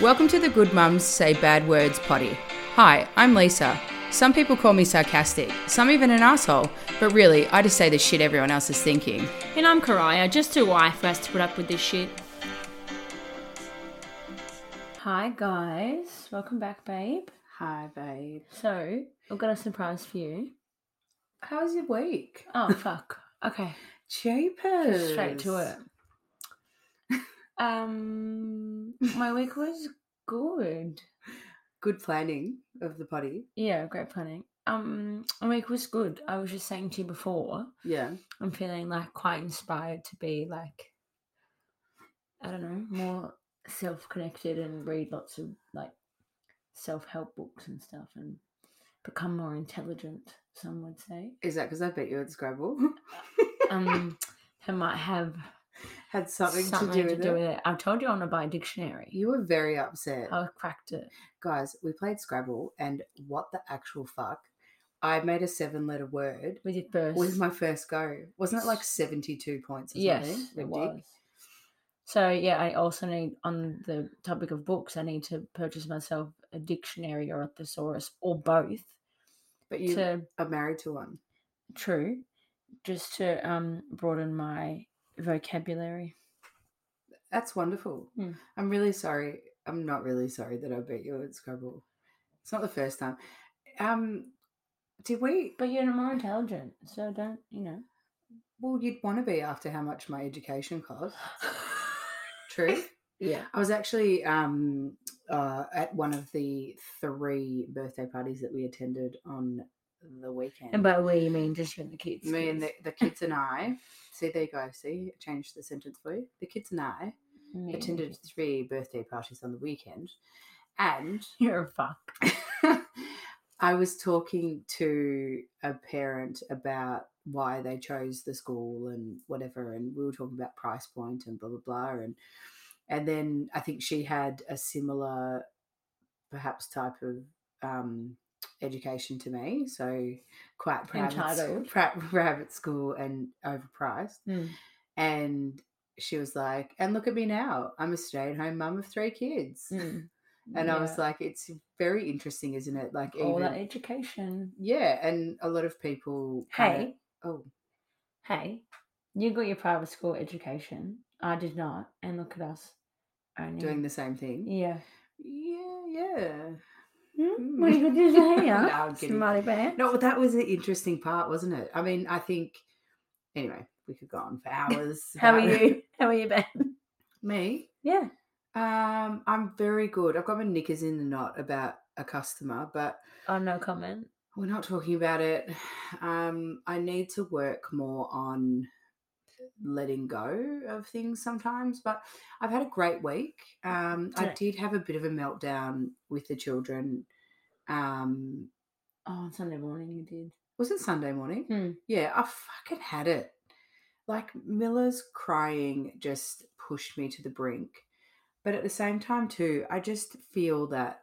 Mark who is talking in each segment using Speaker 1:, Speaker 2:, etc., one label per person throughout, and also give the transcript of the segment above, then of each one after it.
Speaker 1: Welcome to the Good Mums Say Bad Words potty. Hi, I'm Lisa. Some people call me sarcastic, some even an asshole, but really, I just say the shit everyone else is thinking.
Speaker 2: And I'm Karaya, just too wife for us to put up with this shit. Hi guys, welcome back, babe.
Speaker 1: Hi, babe.
Speaker 2: So, I've got a surprise for you.
Speaker 1: How was your week?
Speaker 2: Oh fuck. Okay,
Speaker 1: Jeepers.
Speaker 2: straight to it. Um, my week was good.
Speaker 1: Good planning of the potty.
Speaker 2: Yeah, great planning. Um, my week was good. I was just saying to you before,
Speaker 1: Yeah.
Speaker 2: I'm feeling like quite inspired to be like, I don't know, more self connected and read lots of like self help books and stuff and become more intelligent, some would say.
Speaker 3: Is that because I beat you at Scrabble?
Speaker 2: Um, that might have
Speaker 3: Had something,
Speaker 2: something,
Speaker 3: to do with it.
Speaker 2: I told you I want to buy a dictionary.
Speaker 3: You were very upset.
Speaker 1: Oh.
Speaker 2: I cracked it.
Speaker 3: Guys, we played Scrabble and what the actual fuck? I made a seven letter word
Speaker 2: with your first.
Speaker 3: with my eh? first go. Wasn't it like 72 points or
Speaker 2: yes,
Speaker 3: something?
Speaker 2: it
Speaker 3: Ridic-
Speaker 2: was. So yeah, I also need on the topic of books. I need to purchase myself a dictionary or a thesaurus or both.
Speaker 3: But you
Speaker 2: to
Speaker 3: are married to one.
Speaker 2: true, just to um broaden my vocabulary.
Speaker 3: That's wonderful.
Speaker 2: Hmm.
Speaker 3: I'm really sorry. I'm not really sorry that I beat you at Scrabble. It's not the first time. Um, did we?
Speaker 2: But you're more intelligent, so don't you know?
Speaker 3: Well, you'd want to be after how much my education cost. True.
Speaker 2: yeah.
Speaker 3: I was actually um, uh, at one of the three birthday parties that we attended on the weekend.
Speaker 2: And by we, you mean just you and the kids?
Speaker 3: me and the,
Speaker 2: yes.
Speaker 3: the kids and I, see there you go. See, I changed the sentence for you. The kids and I
Speaker 2: Me and the
Speaker 3: attended
Speaker 2: kids.
Speaker 3: three birthday parties on the weekend, and
Speaker 2: You're a fuck.
Speaker 3: I was talking to a parent about why they chose the school and whatever, and we were talking about price point and blah blah blah, and and then I think she had a similar, perhaps type of um, education to me, so quite private, s-
Speaker 2: Entitled.
Speaker 3: pri- private school and overpriced,
Speaker 2: Mm.
Speaker 3: and she was like, and look at me now, I'm a stay at home mum of three kids.
Speaker 2: Mm.
Speaker 3: And I
Speaker 2: Yeah.
Speaker 3: was like, it's very interesting, isn't it? Like,
Speaker 2: all
Speaker 3: even,
Speaker 2: that education.
Speaker 3: yeah, and a lot of people. kinda-
Speaker 2: Hey,
Speaker 3: oh,
Speaker 2: hey, you got your private school education. I did not, and look at us. Only.
Speaker 3: doing the same thing.
Speaker 2: Yeah.
Speaker 3: Yeah, yeah.
Speaker 2: Hmm? What are you gonna do to
Speaker 3: No,
Speaker 2: here?
Speaker 3: I'm kidding.
Speaker 2: Smarty pants.
Speaker 3: No, but that was the interesting part, wasn't it? I mean, I think. Anyway, we could go on for hours.
Speaker 2: How are
Speaker 3: about-
Speaker 2: you? How are you, Ben?
Speaker 3: Me.
Speaker 2: Yeah.
Speaker 3: Um, I'm very good. I've got my knickers in the knot about a customer, but
Speaker 2: Oh, no comment.
Speaker 3: we're not talking about it. Um, I need to work more on letting go of things sometimes, but I've had a great week. Um, I
Speaker 2: Yeah.
Speaker 3: did have a bit of a meltdown with the children. Um,
Speaker 2: Oh, on Sunday morning you did.
Speaker 3: was it Sunday morning?
Speaker 2: Hmm.
Speaker 3: Yeah, I fucking had it. Like Miller's crying just pushed me to the brink. But at the same time, too, I just feel that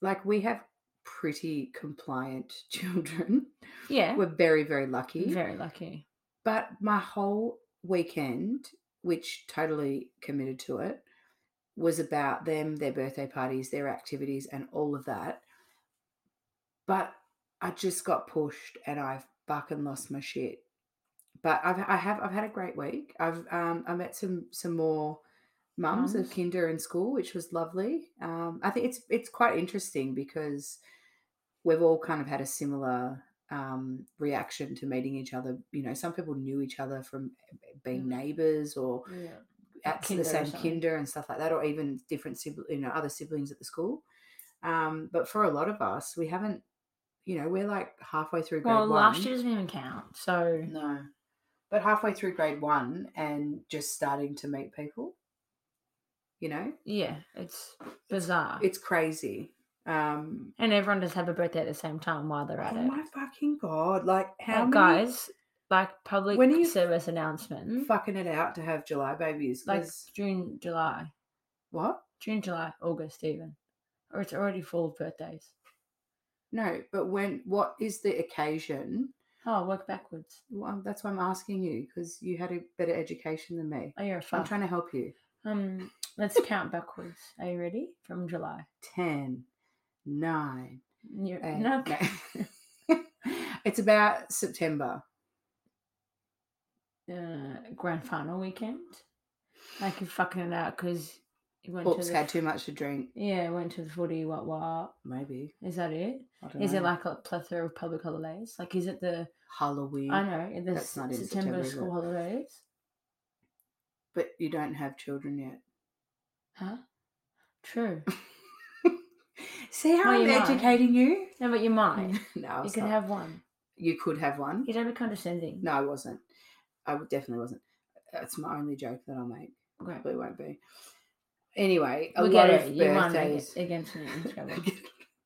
Speaker 3: like we have pretty compliant children.
Speaker 2: Yeah.
Speaker 3: We're very, very lucky.
Speaker 2: Very lucky.
Speaker 3: But my whole weekend, which totally committed to it, was about them, their birthday parties, their activities, and all of that. But I just got pushed, and I fucking lost my shit. But I've I have I've had a great week. I've um I met some some more mums of
Speaker 2: Mums.
Speaker 3: kinder in school, which was lovely. Um, I think it's it's quite interesting because we've all kind of had a similar um, reaction to meeting each other. You know, some people knew each other from eh, being neighbours or
Speaker 2: Yeah.
Speaker 3: at
Speaker 2: Mm. kinder or
Speaker 3: the same
Speaker 2: something.
Speaker 3: kinder and stuff like that, or even different sibling, you know, other siblings at the school. Um, but for a lot of us, we haven't. You know, we're like halfway through grade
Speaker 2: Well,
Speaker 3: one.
Speaker 2: last year doesn't even count. So
Speaker 3: no, but halfway through grade one and just starting to meet people. You know,
Speaker 2: yeah, it's bizarre.
Speaker 3: it's crazy. Um,
Speaker 2: and everyone just have a birthday at the same time while they're at
Speaker 3: oh
Speaker 2: it.
Speaker 3: my fucking god! Like how many
Speaker 2: Like, guys, like public
Speaker 3: When are you-
Speaker 2: service announcement,
Speaker 3: fucking it out to have July babies?
Speaker 2: like
Speaker 3: 'cause-
Speaker 2: June, July,
Speaker 3: what?
Speaker 2: June, July, August, even, or it's already full of birthdays.
Speaker 3: No, but when? What is the occasion?
Speaker 2: Oh, work backwards.
Speaker 3: Well, that's why I'm asking you because you had a better education than me.
Speaker 2: Oh, you're a
Speaker 3: I'm
Speaker 2: fuck.
Speaker 3: trying to help you.
Speaker 2: Um, Let's count backwards. Are you ready? From July.
Speaker 3: 10, 9,
Speaker 2: You're,
Speaker 3: eight,
Speaker 2: no,
Speaker 3: no. it's about September.
Speaker 2: uh, grand final weekend. Like you're fucking it out because you went
Speaker 3: Oops,
Speaker 2: to the,
Speaker 3: had too much to drink.
Speaker 2: Yeah, went to the footy. What what?
Speaker 3: Maybe.
Speaker 2: Is that it?
Speaker 3: I don't
Speaker 2: Is it
Speaker 3: know.
Speaker 2: like a plethora of public holidays? Like is it the
Speaker 3: Halloween?
Speaker 2: I know in the
Speaker 3: That's
Speaker 2: s-
Speaker 3: not in September, is
Speaker 2: September
Speaker 3: it?
Speaker 2: school holidays?
Speaker 3: But you don't have children yet.
Speaker 2: Huh? True.
Speaker 3: See how
Speaker 2: Well,
Speaker 3: I'm
Speaker 2: Oh, you might.
Speaker 3: educating you?
Speaker 2: No, but you might.
Speaker 3: no, I
Speaker 2: You
Speaker 3: was
Speaker 2: can
Speaker 3: not.
Speaker 2: have one.
Speaker 3: You could have one.
Speaker 2: You don't be condescending.
Speaker 3: No, I wasn't. I w- definitely wasn't. That's my only joke that I'll make.
Speaker 2: Great.
Speaker 3: Probably won't be. Anyway, a
Speaker 2: We
Speaker 3: lot
Speaker 2: get
Speaker 3: of
Speaker 2: it. You won
Speaker 3: birthdays.
Speaker 2: ag- against me. in trouble.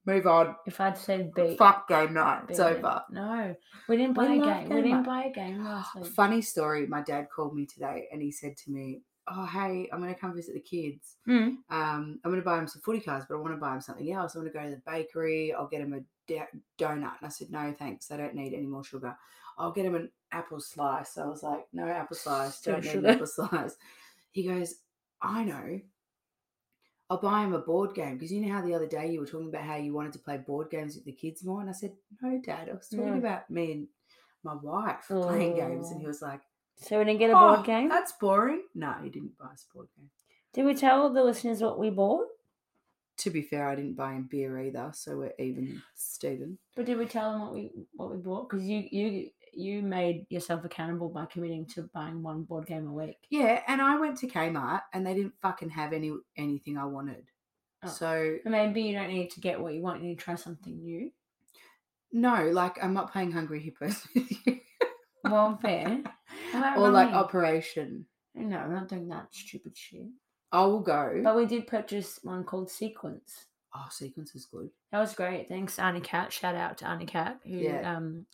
Speaker 3: Move on.
Speaker 2: if I'd said beat,
Speaker 3: Fuck game night. It's
Speaker 2: beat it.
Speaker 3: over.
Speaker 2: No, we didn't
Speaker 3: We
Speaker 2: buy a
Speaker 3: love
Speaker 2: game. We
Speaker 3: game
Speaker 2: didn't
Speaker 3: night.
Speaker 2: buy a game last week.
Speaker 3: Funny story. My dad called me today and he said to me, "Oh, hey, I'm going to come visit the kids.
Speaker 2: Mm.
Speaker 3: Um, I'm going to buy him some footy cards, but I want to buy him something else. I'm going to go to the bakery. I'll get him a da- donut." And I said, "No, thanks. They don't need any more sugar. I'll get him an apple slice." I was like, "No apple slice.
Speaker 2: Still
Speaker 3: Don't need an
Speaker 2: sugar.
Speaker 3: apple slice." He goes, "I know." I'll buy him a board game because you know how the other day you were talking about how you wanted to play board games with the kids more, and I said, "No, Dad, I was talking
Speaker 2: No.
Speaker 3: about me and my wife playing games," and he
Speaker 2: Oh.
Speaker 3: was like,
Speaker 2: So we didn't get a
Speaker 3: "Oh,
Speaker 2: board game.
Speaker 3: that's boring." No, he didn't buy us a board game.
Speaker 2: Did we tell the listeners what we bought?
Speaker 3: To be fair, I didn't buy him beer either, so we're even, Stephen.
Speaker 2: But did we tell them what we what we bought? Because you you you made yourself accountable by committing to buying one board game a week.
Speaker 3: Yeah, and I went to Kmart and they didn't fucking have any anything I wanted.
Speaker 2: Oh.
Speaker 3: So
Speaker 2: But maybe you don't need to get what you want. You need to try something new.
Speaker 3: no, like I'm not playing Hungry Hippos with you.
Speaker 2: Well, fair. Am I
Speaker 3: or like
Speaker 2: wrong?
Speaker 3: Operation.
Speaker 2: no, we're not doing that stupid shit.
Speaker 3: I will go.
Speaker 2: But we did purchase one called Sequence.
Speaker 3: oh, sequence is good.
Speaker 2: That was great. Thanks, Arnie Cat. Shout out to Arnie Cat. Who,
Speaker 3: Yeah.
Speaker 2: Um,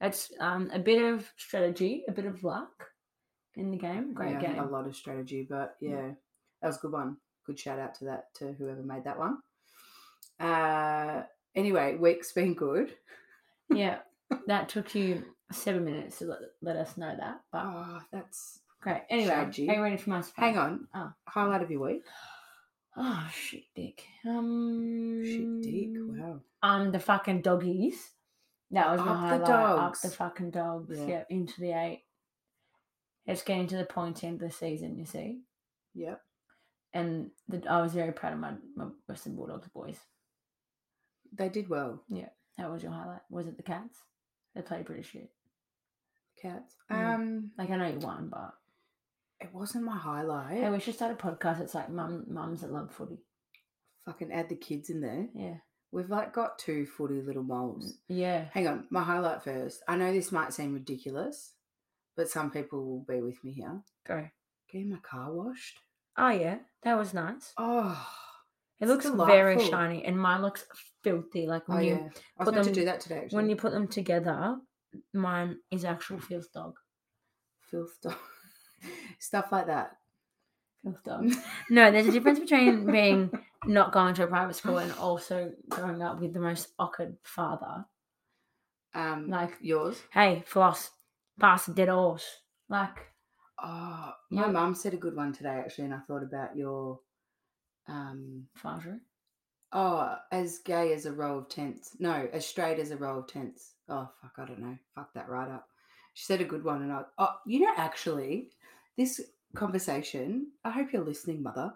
Speaker 2: it's um a bit of strategy, a bit of luck in the game. Great
Speaker 3: Yeah,
Speaker 2: game.
Speaker 3: A lot of strategy, but yeah, that was a good one. Good shout out to that to whoever made that one. Uh, anyway, week's been good.
Speaker 2: yeah, that took you seven minutes to let, let us know that. But
Speaker 3: Oh, that's
Speaker 2: great. Anyway,
Speaker 3: Strategy.
Speaker 2: are you ready for my spot?
Speaker 3: hang on.
Speaker 2: Oh.
Speaker 3: Highlight of your week.
Speaker 2: Oh shit, dick. Um,
Speaker 3: Shit, dick. Wow.
Speaker 2: Um, the fucking doggies. That was my
Speaker 3: Up
Speaker 2: highlight.
Speaker 3: the
Speaker 2: Up the
Speaker 3: dogs.
Speaker 2: fucking dogs.
Speaker 3: Yeah.
Speaker 2: Yeah. into the eight. It's getting to the point end of the season. You see.
Speaker 3: Yep.
Speaker 2: and the, I was very proud of my, my Western Bulldogs boys.
Speaker 3: They did well.
Speaker 2: That was your highlight. Was it the Cats? They played pretty shit.
Speaker 3: Cats.
Speaker 2: Mm.
Speaker 3: Um,
Speaker 2: Like I know you won, but
Speaker 3: it wasn't my highlight.
Speaker 2: hey, we should start a podcast. It's like mum, mums that love footy.
Speaker 3: Fucking add the kids in there.
Speaker 2: Yeah,
Speaker 3: We've like got two footy little moles.
Speaker 2: yeah.
Speaker 3: Hang on, my highlight first. I know this might seem ridiculous, but some people will be with me here.
Speaker 2: Go.
Speaker 3: Getting my car washed.
Speaker 2: Oh yeah, that was nice.
Speaker 3: Oh,
Speaker 2: It
Speaker 3: It's
Speaker 2: looks very
Speaker 3: delightful.
Speaker 2: shiny, and mine looks filthy. Like when
Speaker 3: Oh,
Speaker 2: you
Speaker 3: yeah. I was
Speaker 2: put
Speaker 3: meant to
Speaker 2: them-
Speaker 3: do that today, actually.
Speaker 2: when you put them together, mine is actual filth dog.
Speaker 3: Filth dog. Stuff like that.
Speaker 2: Filth dog. no, there's a difference between being not going to a private school and also growing up with the most awkward father.
Speaker 3: um,
Speaker 2: Like-
Speaker 3: yours.
Speaker 2: hey, floss, pass the dead horse. Like,
Speaker 3: Oh, my
Speaker 2: Yeah.
Speaker 3: mum said a good one today, actually, and I thought about your, um,
Speaker 2: Farger.
Speaker 3: oh, as gay as a row of tents. No, as straight as a row of tents. Oh, fuck, I don't know. Fuck that right up. She said a good one, and I, oh, you know, actually, this conversation, I hope you're listening, mother.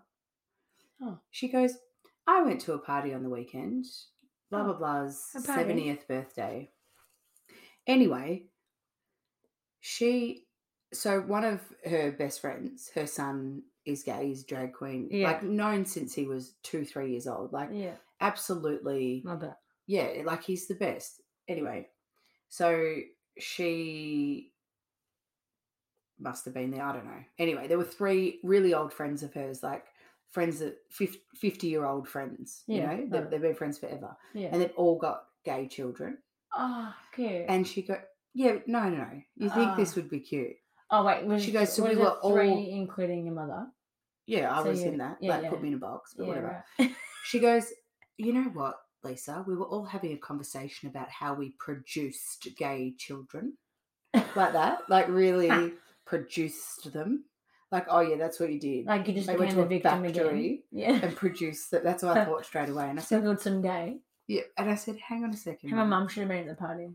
Speaker 2: Oh.
Speaker 3: She goes, I went to a party on the weekend, blah,
Speaker 2: Oh,
Speaker 3: blah, blah's
Speaker 2: a party.
Speaker 3: 70th birthday. Anyway, she, so one of her best friends, her son is gay, he's drag queen,
Speaker 2: Yeah.
Speaker 3: like known since he was two, three years old, like
Speaker 2: Yeah,
Speaker 3: absolutely
Speaker 2: love that.
Speaker 3: yeah, like he's the best. Anyway, so she must have been there. I don't know. Anyway, there were three really old friends of hers, like friends that 50 year old friends,
Speaker 2: Yeah,
Speaker 3: you know, they've,
Speaker 2: right.
Speaker 3: they've been friends forever.
Speaker 2: Yeah.
Speaker 3: And they've all got gay children.
Speaker 2: oh, cute.
Speaker 3: And she go, yeah, no, no, no. You think
Speaker 2: Ah.
Speaker 3: this would be cute.
Speaker 2: oh, wait. Was
Speaker 3: she goes, so
Speaker 2: was
Speaker 3: we
Speaker 2: it
Speaker 3: were all-
Speaker 2: three, including your mother.
Speaker 3: Yeah, I
Speaker 2: So
Speaker 3: was
Speaker 2: you-
Speaker 3: in that.
Speaker 2: yeah,
Speaker 3: like,
Speaker 2: yeah.
Speaker 3: put me in a box, but
Speaker 2: Yeah,
Speaker 3: whatever.
Speaker 2: right.
Speaker 3: She goes, You know what, Lisa? We were all having a conversation about how we produced gay children like that, like really produced them. Like, oh yeah, that's what you did.
Speaker 2: Like you just
Speaker 3: They went
Speaker 2: became
Speaker 3: to
Speaker 2: the
Speaker 3: a
Speaker 2: victim again.
Speaker 3: factory
Speaker 2: Yeah.
Speaker 3: and produced that. That's what I thought straight away. And I said,
Speaker 2: Singleton gay.
Speaker 3: yeah. And I said, hang on a second.
Speaker 2: And my
Speaker 3: mate.
Speaker 2: mum should have been at the party.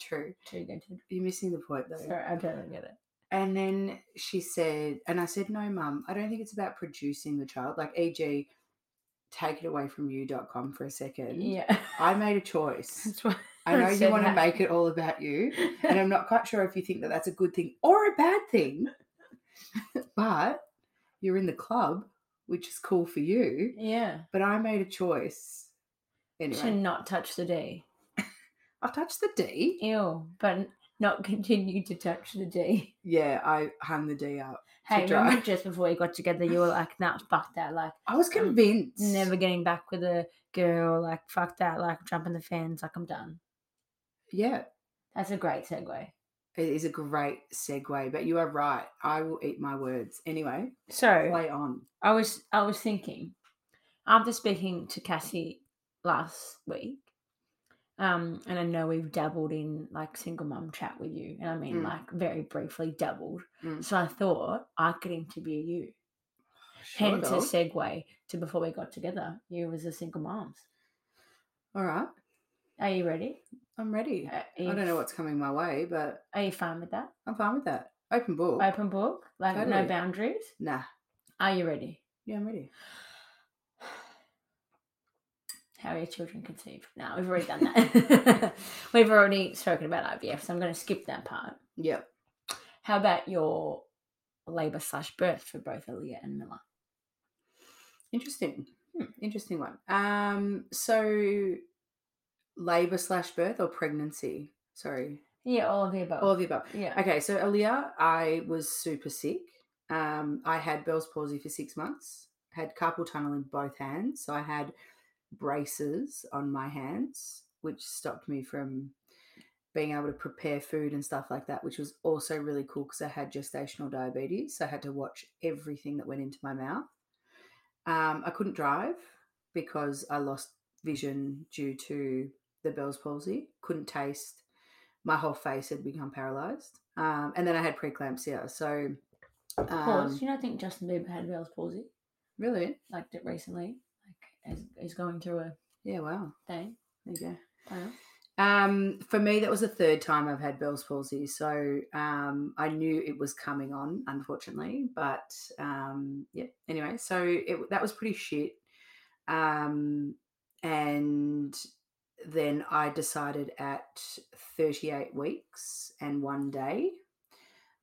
Speaker 3: True.
Speaker 2: Too good. to-
Speaker 3: You're missing the point though.
Speaker 2: Sorry, I don't get it.
Speaker 3: And then she said, and I said, no, mum, I don't think it's about producing the child. Like, e.g., take it away from you.com for a second.
Speaker 2: Yeah.
Speaker 3: I made a choice.
Speaker 2: That's why
Speaker 3: I know you
Speaker 2: said
Speaker 3: want to
Speaker 2: that.
Speaker 3: make it all about you. And I'm not quite sure if you think that that's a good thing or a bad thing, but you're in the club, which is cool for you.
Speaker 2: Yeah.
Speaker 3: But I made a choice.
Speaker 2: To
Speaker 3: Anyway,
Speaker 2: not touch the D.
Speaker 3: I've touched the D.
Speaker 2: Ew. But not continue to touch the D.
Speaker 3: Yeah, I hung the D up.
Speaker 2: Hey,
Speaker 3: dry.
Speaker 2: remember just before we got together, you were like, nah, fuck that. Like,
Speaker 3: I was
Speaker 2: I'm
Speaker 3: convinced.
Speaker 2: never getting back with a girl. Like, fuck that. Like, jumping the fence. Like, I'm done.
Speaker 3: Yeah,
Speaker 2: That's a great segue.
Speaker 3: it is a great segue, but you are right. I will eat my words. Anyway,
Speaker 2: So,
Speaker 3: play on.
Speaker 2: I was I was thinking after speaking to Cassie last week, um, and I know we've dabbled in like single mom chat with you, and I mean
Speaker 3: Mm.
Speaker 2: like very briefly dabbled.
Speaker 3: Mm.
Speaker 2: So I thought I could interview you.
Speaker 3: Sure,
Speaker 2: Hence a
Speaker 3: dog.
Speaker 2: segue to before we got together. You was a single moms.
Speaker 3: All right,
Speaker 2: Are you ready?
Speaker 3: I'm ready.
Speaker 2: Are
Speaker 3: I
Speaker 2: you,
Speaker 3: don't know what's coming my way, but
Speaker 2: Are you fine with that?
Speaker 3: I'm fine with that. Open book.
Speaker 2: Open book, like no
Speaker 3: Oh, Totally.
Speaker 2: boundaries.
Speaker 3: Nah.
Speaker 2: Are you ready?
Speaker 3: Yeah, I'm ready.
Speaker 2: How are your children conceived? No, we've already done that. we've already spoken about IVF, so I'm going to skip that part.
Speaker 3: Yep.
Speaker 2: How about your labour slash birth for both Aaliyah and Miller?
Speaker 3: Interesting.
Speaker 2: Hmm.
Speaker 3: Interesting one. Um, so labor slash birth or pregnancy? Sorry.
Speaker 2: Yeah, all of the above.
Speaker 3: All of the above.
Speaker 2: yeah.
Speaker 3: Okay, so Aaliyah, I was super sick. Um, I had Bell's palsy for six months, had carpal tunnel in both hands. So I had braces on my hands, which stopped me from being able to prepare food and stuff like that, which was also really cool because I had gestational diabetes. So I had to watch everything that went into my mouth. Um, I couldn't drive because I lost vision due to the Bell's palsy, couldn't taste. My whole face had become paralyzed. Um, and then I had preeclampsia. So,
Speaker 2: Pause.
Speaker 3: um,
Speaker 2: you know, I think Justin Bieber had Bell's palsy,
Speaker 3: really?
Speaker 2: eh? like d- recently. Like, is, is going through a
Speaker 3: Yeah, wow.
Speaker 2: thing.
Speaker 3: There you go.
Speaker 2: Wow.
Speaker 3: Um, for me, that was the third time I've had Bell's palsy, so um, I knew it was coming on, unfortunately. But um, yeah, anyway, so it, that was pretty shit. Um, and then I decided at 38 weeks and one day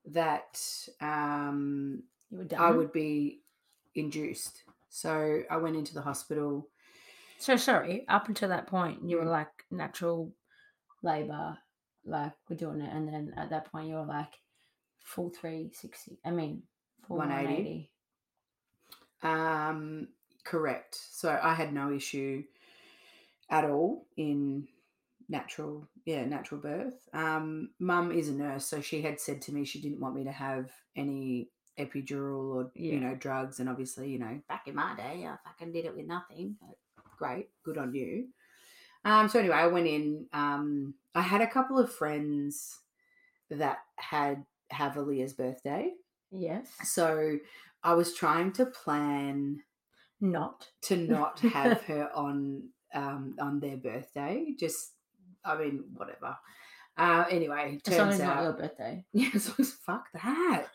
Speaker 3: that um,
Speaker 2: You were done.
Speaker 3: I would be induced. So I went into the hospital.
Speaker 2: So sorry. Up until that point, you were
Speaker 3: Mm.
Speaker 2: like natural labour, like we're doing it, and then at that point, you were like full three sixty. I mean, full one
Speaker 3: 180.
Speaker 2: eighty.
Speaker 3: Um, correct. So I had no issue at all in natural, yeah, natural birth. Um, mum is a nurse, so she had said to me she didn't want me to have any epidural or
Speaker 2: Yeah.
Speaker 3: you know drugs, and obviously you know back in my day I fucking did it with nothing. Like, Great, good on you. Um, so anyway, I went in. Um, I had a couple of friends that had have Aaliyah's birthday,
Speaker 2: Yes.
Speaker 3: so I was trying to plan
Speaker 2: Not.
Speaker 3: to not have her on um, on their birthday. Just, I mean, whatever. Uh, anyway,
Speaker 2: As long as
Speaker 3: turns
Speaker 2: it's not your
Speaker 3: out,
Speaker 2: birthday.
Speaker 3: yeah, as long as fuck that.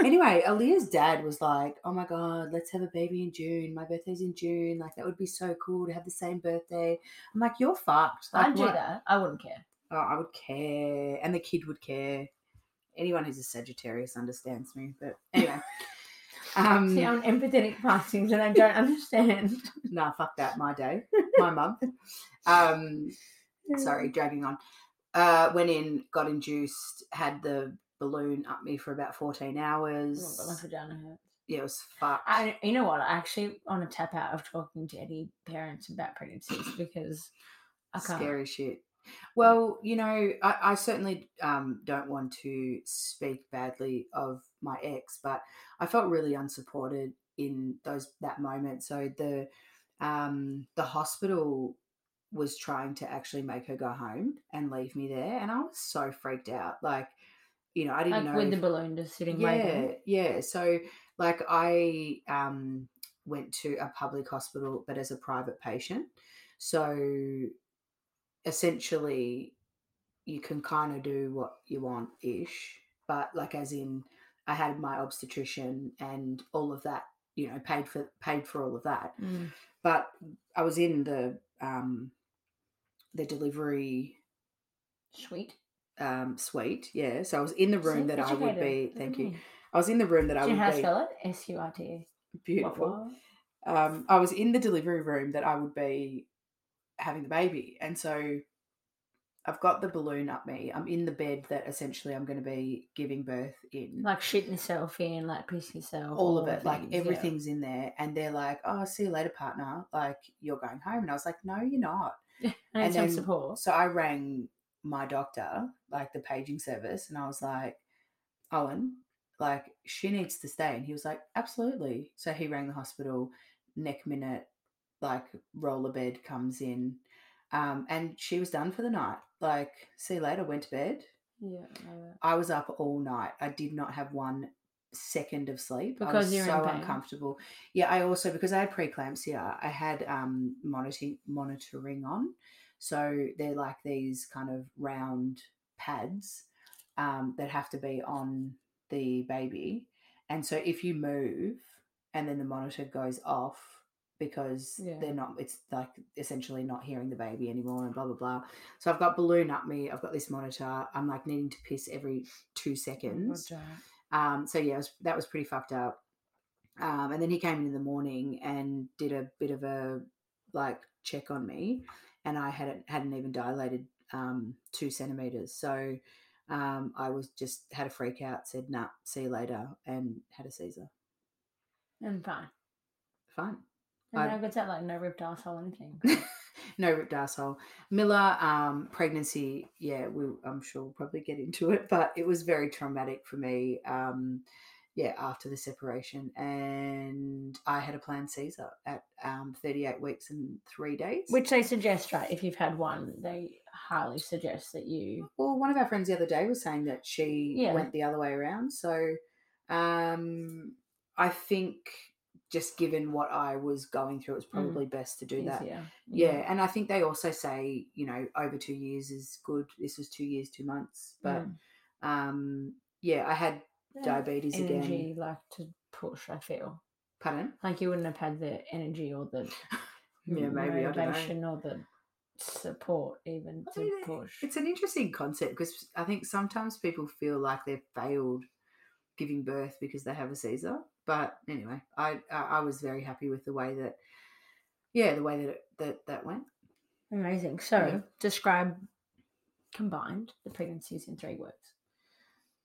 Speaker 3: anyway, Aaliyah's dad was like, "Oh my god, let's have a baby in June. My birthday's in June. Like that would be so cool to have the same birthday." I'm like, "You're fucked." Like,
Speaker 2: I'd do
Speaker 3: what-
Speaker 2: that. I wouldn't care.
Speaker 3: Oh, I would care, and the kid would care. Anyone who's a Sagittarius understands me, but anyway. Um,
Speaker 2: See, I'm empathetic passings and I don't understand.
Speaker 3: nah, fuck that. My day, my month. Um,
Speaker 2: Mm.
Speaker 3: sorry, dragging on. Uh, went in, got induced, had the balloon up me for about 14
Speaker 2: Oh my
Speaker 3: hours.
Speaker 2: God, my vagina hurts.
Speaker 3: yeah, it was fucked.
Speaker 2: I, you know what? I actually want to tap out of talking to any parents about pregnancies because I can't. Mm.
Speaker 3: Scary shit. Well, you know, I, I certainly um, don't want to speak badly of my ex, but I felt really unsupported in those that moment. So the um, the hospital was trying to actually make her go home and leave me there, and I was so freaked out. Like you know, I didn't
Speaker 2: Like
Speaker 3: know
Speaker 2: with the
Speaker 3: if-
Speaker 2: balloon just sitting
Speaker 3: yeah,
Speaker 2: waiting.
Speaker 3: Yeah. So like I um went to a public hospital but as a private patient. So essentially you can kind of do what you want ish, but like as in I had my obstetrician and all of that, you know, paid for paid for all of that
Speaker 2: Mm.
Speaker 3: but I was in the um, the delivery
Speaker 2: Sweet.
Speaker 3: um, suite. Yeah, so I was in the room
Speaker 2: See?
Speaker 3: that I would
Speaker 2: Educated.
Speaker 3: be.
Speaker 2: Look
Speaker 3: Thank
Speaker 2: at
Speaker 3: you. mm.
Speaker 2: me.
Speaker 3: I was in the room that I
Speaker 2: Do you know how
Speaker 3: would
Speaker 2: to
Speaker 3: be.
Speaker 2: spell it? S U R T E.
Speaker 3: Beautiful. Um, I was in the delivery room that I would be having the baby, and so I've got the balloon up me. I'm in the bed that essentially I'm going to be giving birth in.
Speaker 2: Like shitting yourself in, like pissing yourself.
Speaker 3: all of
Speaker 2: the
Speaker 3: it, like
Speaker 2: things, yeah.
Speaker 3: everything's in there, and they're like, "Oh, see you later, partner. Like you're going home," and I was like, "No, you're not."
Speaker 2: And,
Speaker 3: and
Speaker 2: some
Speaker 3: then-
Speaker 2: support.
Speaker 3: So I rang my doctor, like the paging service, and I was like, Owen, like she needs to stay. And he was like, absolutely. So he rang the hospital, neck minute, like roller bed comes in. Um, and she was done for the night. Like, see you later, went to bed.
Speaker 2: Yeah. I know that.
Speaker 3: I was up all night. I did not have one second of sleep. I
Speaker 2: Because
Speaker 3: was
Speaker 2: you're in
Speaker 3: so
Speaker 2: pain.
Speaker 3: uncomfortable. Yeah, I also because I had preeclampsia, I had um monitoring monitoring on. So they're like these kind of round pads um, that have to be on the baby. And so if you move and then the monitor goes off because
Speaker 2: Yeah.
Speaker 3: they're not it's like essentially not hearing the baby anymore and blah blah blah. So I've got balloon up me, I've got this monitor, I'm like needing to piss every two seconds.
Speaker 2: Good job.
Speaker 3: Um, so yeah, it was, that was pretty fucked up. Um, and then he came in in the morning and did a bit of a like check on me, and I hadn't hadn't even dilated um, two centimeters. So um, I was just had a freak out, said nah, see you later, and had a Caesar.
Speaker 2: And fine.
Speaker 3: Fine.
Speaker 2: And
Speaker 3: I-
Speaker 2: now gets out like no ripped arsehole or anything.
Speaker 3: no ripped asshole. Miller, um, pregnancy, yeah, we I'm sure we'll probably get into it, but it was very traumatic for me. Um, yeah, after the separation, and I had a planned Caesar at um, 38 weeks and three days.
Speaker 2: Which they suggest, right? If you've had one, they highly suggest that you.
Speaker 3: well, one of our friends the other day was saying that she
Speaker 2: Yeah.
Speaker 3: went the other way around. So, um, I think just given what I was going through, it
Speaker 2: Mm.
Speaker 3: was probably best to do that
Speaker 2: easier.
Speaker 3: Yeah, and I think they also say, you know, over two years is good. This was two years, two months. But
Speaker 2: Mm.
Speaker 3: um yeah, I had
Speaker 2: Yeah.
Speaker 3: diabetes
Speaker 2: energy
Speaker 3: again.
Speaker 2: like to push. I feel
Speaker 3: Pardon?
Speaker 2: like you wouldn't have had the energy or the
Speaker 3: Yeah,
Speaker 2: m-
Speaker 3: maybe, I dunno.
Speaker 2: motivation or the support even
Speaker 3: I
Speaker 2: to
Speaker 3: mean,
Speaker 2: push.
Speaker 3: It's an interesting concept because I think sometimes people feel like they've failed giving birth because they have a Caesar. But anyway, I I I was very happy with the way that yeah, the way that it, that that went.
Speaker 2: Amazing. So
Speaker 3: Yeah.
Speaker 2: describe combined the pregnancies in three words,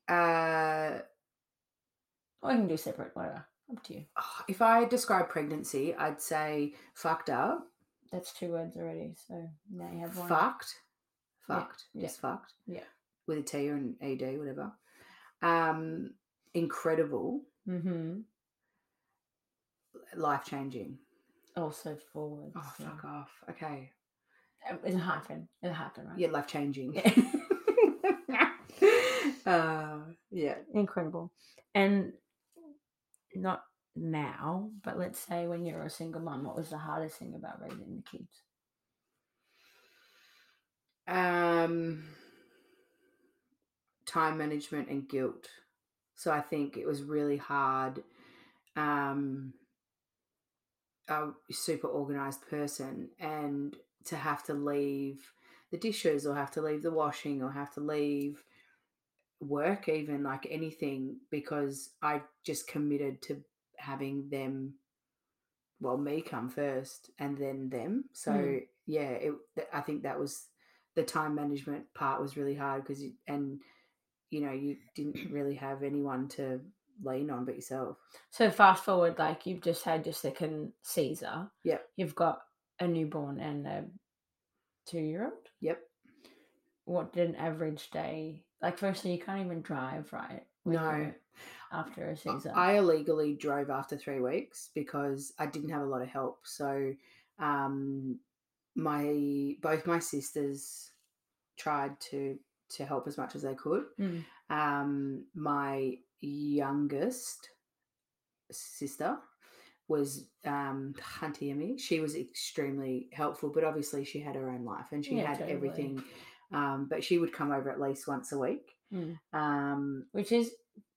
Speaker 3: Uh
Speaker 2: or you can do separate. Whatever, up to you.
Speaker 3: if I describe pregnancy, I'd say fucked up,
Speaker 2: That's two words already. So now you have one.
Speaker 3: fucked,
Speaker 2: Yeah,
Speaker 3: fucked,
Speaker 2: yeah,
Speaker 3: just fucked.
Speaker 2: yeah.
Speaker 3: with a T or an ED, whatever. Um, incredible,
Speaker 2: Mm-hmm.
Speaker 3: life changing.
Speaker 2: Also four words.
Speaker 3: Oh
Speaker 2: yeah.
Speaker 3: fuck off. Okay,
Speaker 2: Um, It's a hyphen. It's a hyphen, right?
Speaker 3: yeah, life changing. uh, yeah.
Speaker 2: incredible and not now but let's say when you're a single mom what was the hardest thing about raising the kids
Speaker 3: Um, time management and guilt. So I think it was really hard. Um, a super organized person, and to have to leave the dishes or have to leave the washing or have to leave work, even like anything, because I just committed to having them, well, me come first and then them. So
Speaker 2: Mm.
Speaker 3: yeah, it, th- I think that was the time management part was really hard because you, and you know you didn't really have anyone to lean on but yourself.
Speaker 2: so fast forward like you've just had your second caesar
Speaker 3: Yep.
Speaker 2: you've got a newborn and a two-year-old
Speaker 3: Yep.
Speaker 2: what did an average day like firstly you can't even drive right with
Speaker 3: No.
Speaker 2: your- after a caesar
Speaker 3: I illegally drove after three weeks because I didn't have a lot of help. So, um, my both my sisters tried to to help as much as they could.
Speaker 2: Mm.
Speaker 3: Um, my youngest sister was um, hunting me. She was extremely helpful, but obviously she had her own life and she
Speaker 2: Yeah,
Speaker 3: had
Speaker 2: totally.
Speaker 3: everything. Um, but she would come over at least once a week.
Speaker 2: Mm.
Speaker 3: Um,
Speaker 2: Which is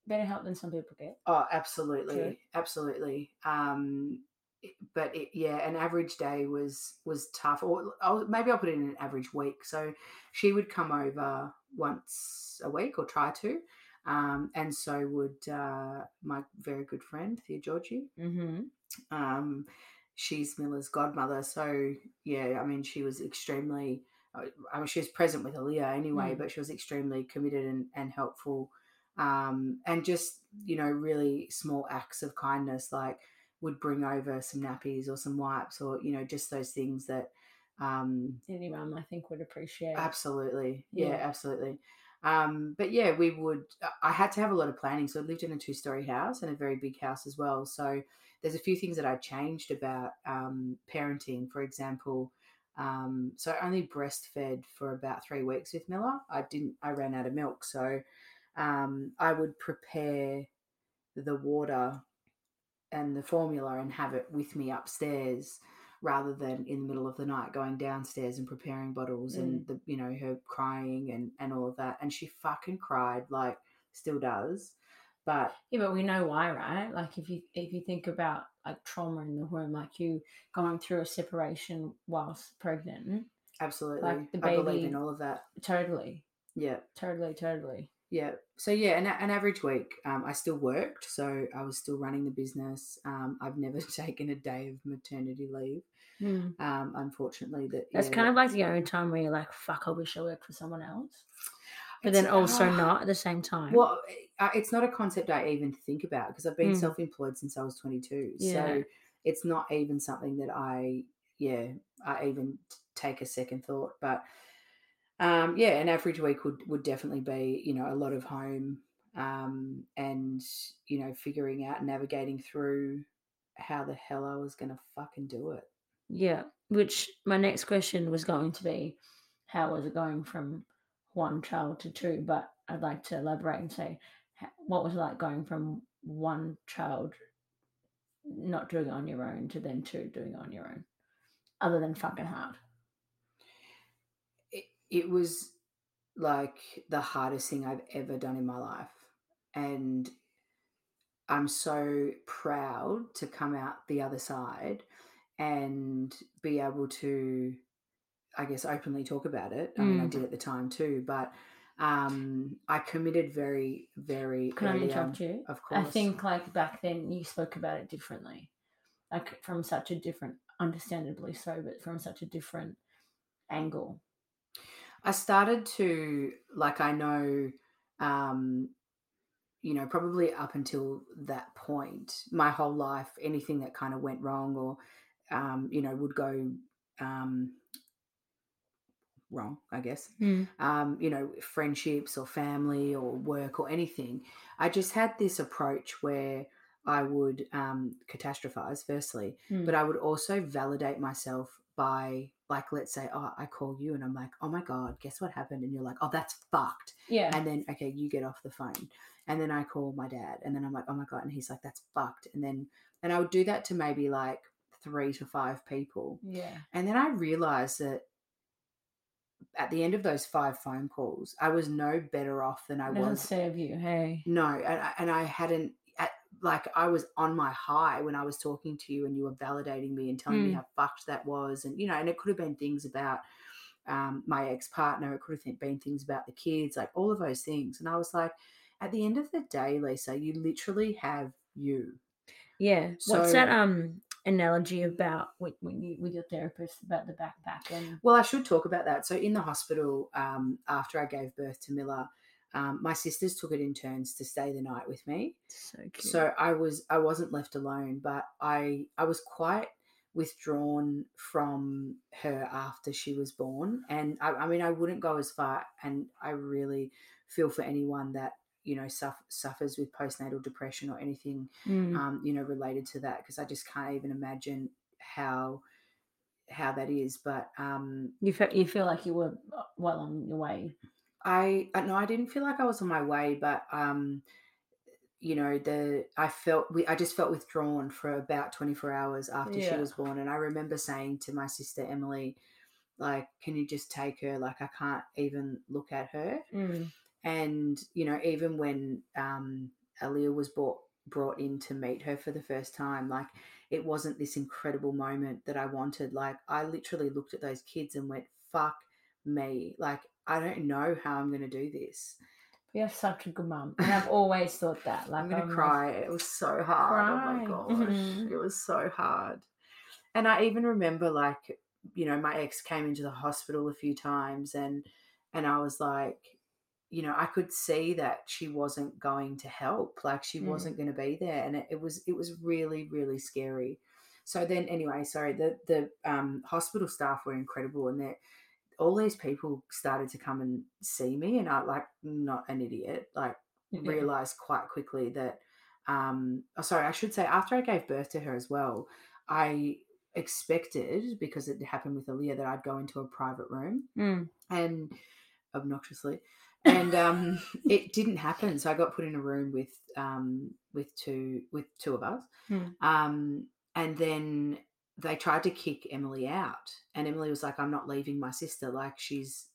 Speaker 2: better help than some people get.
Speaker 3: Oh, absolutely, absolutely. Um, it- but it, yeah, an average day was was tough. Or I'll, maybe I'll put it in an average week. So she would come over once a week or try to, um, and so would uh, my very good friend Thea Georgie.
Speaker 2: Mm-hmm.
Speaker 3: Um, she's Miller's godmother, so yeah, I mean she was extremely. I- I mean, she was present with Aaliyah anyway,
Speaker 2: Mm.
Speaker 3: but she was extremely committed and, and helpful. Um, and just, you know, really small acts of kindness, like would bring over some nappies or some wipes or, you know, just those things that, um,
Speaker 2: Any mum, I think, would appreciate.
Speaker 3: Absolutely. Yeah,
Speaker 2: Yeah.
Speaker 3: absolutely. Um, but yeah, we would. uh, I- I had to have a lot of planning. So I lived in a two story house and a very big house as well. So there's a few things that I changed about um, parenting. For example, um, so I only breastfed for about three weeks with Miller. I didn't, I ran out of milk. So um, I would prepare the water and the formula and have it with me upstairs rather than in the middle of the night going downstairs and preparing bottles
Speaker 2: Mm.
Speaker 3: and the you know her crying and and all of that and she fucking cried like still does but
Speaker 2: Yeah, but we know why, right? Like if you if you think about like trauma in the womb, like you going through a separation whilst pregnant,
Speaker 3: absolutely
Speaker 2: the
Speaker 3: i believe
Speaker 2: baby-
Speaker 3: in all of that
Speaker 2: totally,
Speaker 3: yeah
Speaker 2: totally, totally.
Speaker 3: yeah so yeah an, an average week um, i still worked so i was still running the business um, i've never taken a day of maternity leave um, unfortunately that
Speaker 2: Mm. That's
Speaker 3: yeah,
Speaker 2: kind
Speaker 3: that-
Speaker 2: of like the only time where you're like, "Fuck, I wish I worked for someone else," but
Speaker 3: It's-
Speaker 2: then also
Speaker 3: ah.
Speaker 2: not at the same time.
Speaker 3: Well, I- it's not a concept I even think about because I've been
Speaker 2: Mm.
Speaker 3: self-employed since I was 22.
Speaker 2: Yeah.
Speaker 3: So it's not even something that I, yeah, I even t- take a second thought. But um, yeah, an average week would would definitely be, you know, a lot of home um, and you know figuring out navigating through how the hell I was gonna fucking do it.
Speaker 2: Yeah. Which my next question was going to be, how was it going from one child to two? But I'd like to elaborate and say, h- what was it like going from one child not doing it on your own to then two doing it on your own, other than fucking hard?
Speaker 3: it, it was like the hardest thing I've ever done in my life. And I'm so proud to come out the other side and be able to, I guess, openly talk about it. I mean, I
Speaker 2: Mm.
Speaker 3: did at the time too, but um, I committed very, very
Speaker 2: Can I
Speaker 3: early on,
Speaker 2: interrupt you?
Speaker 3: Of
Speaker 2: I
Speaker 3: course.
Speaker 2: think like back then you spoke about it differently, like from such a different, understandably so, but from such a different angle.
Speaker 3: I started to like I know um you know probably up until that point my whole life anything that kind of went wrong or um you know would go um wrong I guess um you know friendships or family or work or anything I just had this approach where I would um catastrophize firstly but I would also validate myself by like let's say oh I call you and I'm like oh my god guess what happened and you're like oh that's fucked
Speaker 2: yeah,
Speaker 3: and then okay you get off the phone and then I call my dad and then I'm like oh my god and he's like that's fucked and then and I would do that to maybe like 3 to 5 people
Speaker 2: yeah,
Speaker 3: and then I realized that at the end of those 5 phone calls I was no better off than I
Speaker 2: it doesn't
Speaker 3: was
Speaker 2: serve you. Hey,
Speaker 3: no, and I, and I hadn't. At, like I was on my high when I was talking to you, and you were validating me and telling me
Speaker 2: Mm.
Speaker 3: how fucked that was, and you know, and it could have been things about um, my ex partner. It could have been things about the kids, like all of those things. And I was like, at the end of the day, Lisa, you literally have you.
Speaker 2: Yeah.
Speaker 3: So-
Speaker 2: What's that um analogy about with when you with your therapist about the backpack and
Speaker 3: Well, I should talk about that. So, in the hospital, um, after I gave birth to Miller, um, my sisters took it in turns to stay the night with me.
Speaker 2: so
Speaker 3: so i was i wasn't left alone but i i was quite withdrawn from her after she was born and i, I mean i wouldn't go as far and i really feel for anyone that you know suff- suffers with postnatal depression or anything
Speaker 2: Hmm.
Speaker 3: um, you know related to that because i just can't even imagine how how that is but um
Speaker 2: you feel you feel like you were well uh, on your way
Speaker 3: I I- no, I didn't feel like I was on my way, but um, you know, the I felt we I just felt withdrawn for about 24 hours after
Speaker 2: Yeah.
Speaker 3: she was born. And I remember saying to my sister Emily, like, can you just take her? Like I can't even look at her.
Speaker 2: Mm.
Speaker 3: And, you know, even when um Aaliyah was brought brought in to meet her for the first time, like it wasn't this incredible moment that I wanted. Like I literally looked at those kids and went, fuck me. Like I don't know how I'm gonna do this.
Speaker 2: You have such a good mum, and I've always thought that. Like
Speaker 3: I'm gonna
Speaker 2: always-
Speaker 3: cry. It was so hard. Oh my
Speaker 2: cry. Mm-hmm.
Speaker 3: gosh. it was so hard. And I even remember like, you know, my ex came into the hospital a few times and and I was like, you know, I could see that she wasn't going to help. Like she
Speaker 2: Mm.
Speaker 3: wasn't gonna be there. And it, it was it was really, really scary. So then anyway, sorry, the the um hospital staff were incredible and they all these people started to come and see me and I like not an idiot. Like
Speaker 2: Yeah.
Speaker 3: realized quite quickly that um oh, sorry i should say after i gave birth to her as well i expected because it happened with Aaliyah that i'd go into a private room
Speaker 2: Mm.
Speaker 3: and obnoxiously and um it didn't happen so i got put in a room with um with two with two of us
Speaker 2: Hmm.
Speaker 3: um and then they tried to kick emily out and emily was like i'm not leaving my sister like she's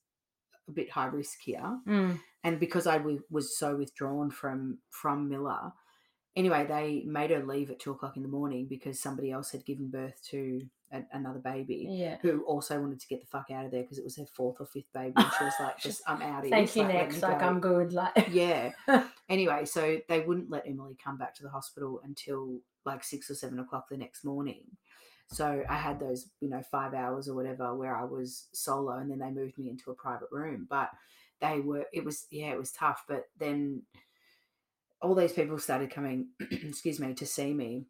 Speaker 3: a bit high risk here
Speaker 2: Mm.
Speaker 3: and because I w- was so withdrawn from from Miller, anyway, they made her leave at two o'clock in the morning because somebody else had given birth to a, another baby
Speaker 2: Yeah.
Speaker 3: who also wanted to get the fuck out of there because it was her fourth or fifth baby. And she was like, "Just I'm out of
Speaker 2: Thank you,
Speaker 3: like, let me
Speaker 2: next. Like
Speaker 3: go."
Speaker 2: I'm good. Like
Speaker 3: yeah. Anyway, so they wouldn't let Emily come back to the hospital until like six or seven o'clock the next morning. So I had those, you know, five hours or whatever where I was solo and then they moved me into a private room. But they were, it was, yeah, it was tough. But then all these people started coming, excuse me, to see me.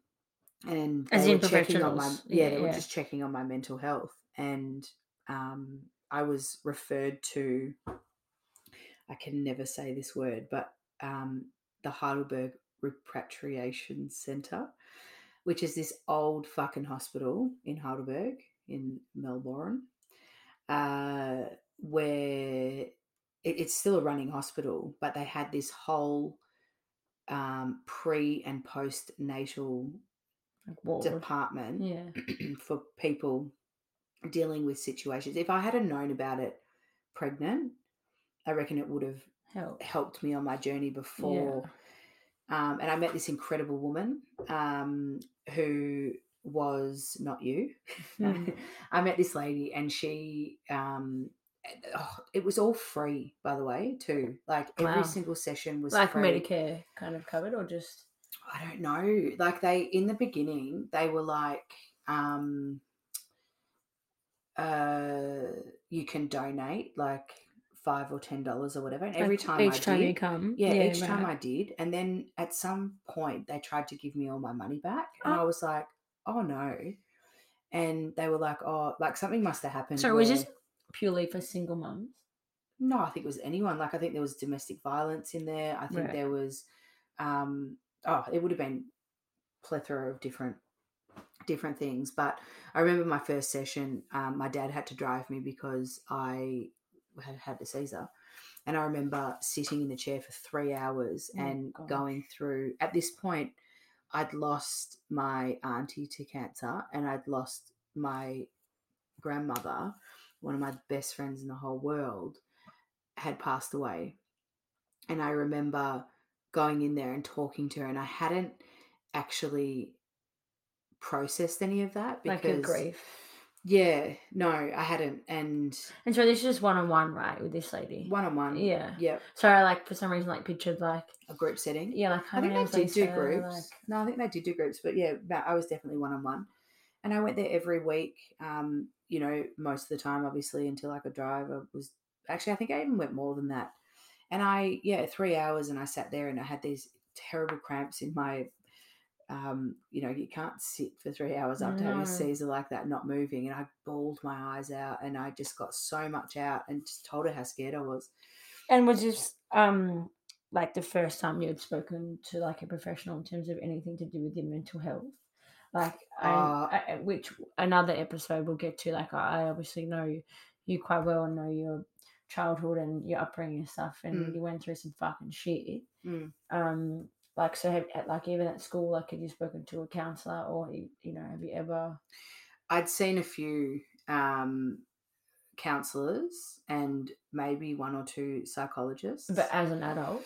Speaker 3: And
Speaker 2: As
Speaker 3: they
Speaker 2: in
Speaker 3: were checking on my,
Speaker 2: professionals.
Speaker 3: yeah,
Speaker 2: Yeah,
Speaker 3: they were
Speaker 2: yeah.
Speaker 3: just checking on my mental health. And um, I was referred to, I can never say this word, but um, the Heidelberg Repatriation Centre, which is this old fucking hospital in Heidelberg in Melbourne, uh, where it, it's still a running hospital, but they had this whole um, pre and postnatal
Speaker 2: Like, what would-
Speaker 3: department
Speaker 2: Yeah.
Speaker 3: for people dealing with situations. If I had known about it pregnant, I reckon it would have
Speaker 2: Help.
Speaker 3: helped me on my journey before. Um, and I met this incredible woman um, who was not you.
Speaker 2: Mm.
Speaker 3: I met this lady, and she, um, oh, it was all free, by the way, too. Like every
Speaker 2: Wow.
Speaker 3: single session was
Speaker 2: Like
Speaker 3: free.
Speaker 2: Medicare kind of covered, or just
Speaker 3: I don't know. Like they in the beginning, they were like, um, uh, you can donate like five or ten dollars or whatever. And every
Speaker 2: like,
Speaker 3: time
Speaker 2: each
Speaker 3: I
Speaker 2: time
Speaker 3: did,
Speaker 2: you come.
Speaker 3: yeah, each time I did. And then at some point, they tried to give me all my money back. And I
Speaker 2: Oh.
Speaker 3: was like, oh no. And they were like, oh, like something must have happened.
Speaker 2: So it was
Speaker 3: where-
Speaker 2: just purely for single mums.
Speaker 3: no, I think it was anyone. Like I think there was domestic violence in there. I think
Speaker 2: Right.
Speaker 3: there was um oh, it would have been plethora of different different things. But I remember my first session, um, my dad had to drive me because I had had the Caesar. And I remember sitting in the chair for three hours
Speaker 2: Oh,
Speaker 3: and
Speaker 2: gosh.
Speaker 3: going through at this point I'd lost my auntie to cancer and I'd lost my grandmother, one of my best friends in the whole world, had passed away. And I remember going in there and talking to her, and I hadn't actually processed any of that because
Speaker 2: Like your grief.
Speaker 3: Yeah, no, I hadn't. And
Speaker 2: And so this is just one on one, right, with this lady.
Speaker 3: one on one,
Speaker 2: Yeah.
Speaker 3: yeah,
Speaker 2: So I like for some reason like pictured like
Speaker 3: a group setting.
Speaker 2: yeah, like
Speaker 3: I
Speaker 2: her
Speaker 3: think
Speaker 2: name's
Speaker 3: they did do
Speaker 2: Lisa,
Speaker 3: groups.
Speaker 2: Like,
Speaker 3: no, I think they did do groups, but yeah, no, I was definitely one on one, and I went there every week. Um, you know, most of the time, obviously, until I could drive. I was actually, I think I even went more than that, and I yeah, three hours, and I sat there, and I had these terrible cramps in my. Um, you know, you can't sit for three hours after having
Speaker 2: No.
Speaker 3: a Caesar like that, not moving. And I bawled my eyes out, and I just got so much out, and just told her how scared I was.
Speaker 2: and was this um like the first time you had spoken to like a professional in terms of anything to do with your mental health? Like, I,
Speaker 3: Uh,
Speaker 2: I- I- which another episode we'll get to. Like, I I obviously know you quite well and know your childhood and your upbringing and stuff, and
Speaker 3: Mm.
Speaker 2: you went through some fucking shit.
Speaker 3: Mm.
Speaker 2: Um, like so, have, at, like even at school, like have you spoken to a counselor, or you, you know, have you ever?
Speaker 3: I'd seen a few um, counselors and maybe one or two psychologists,
Speaker 2: But as an adult,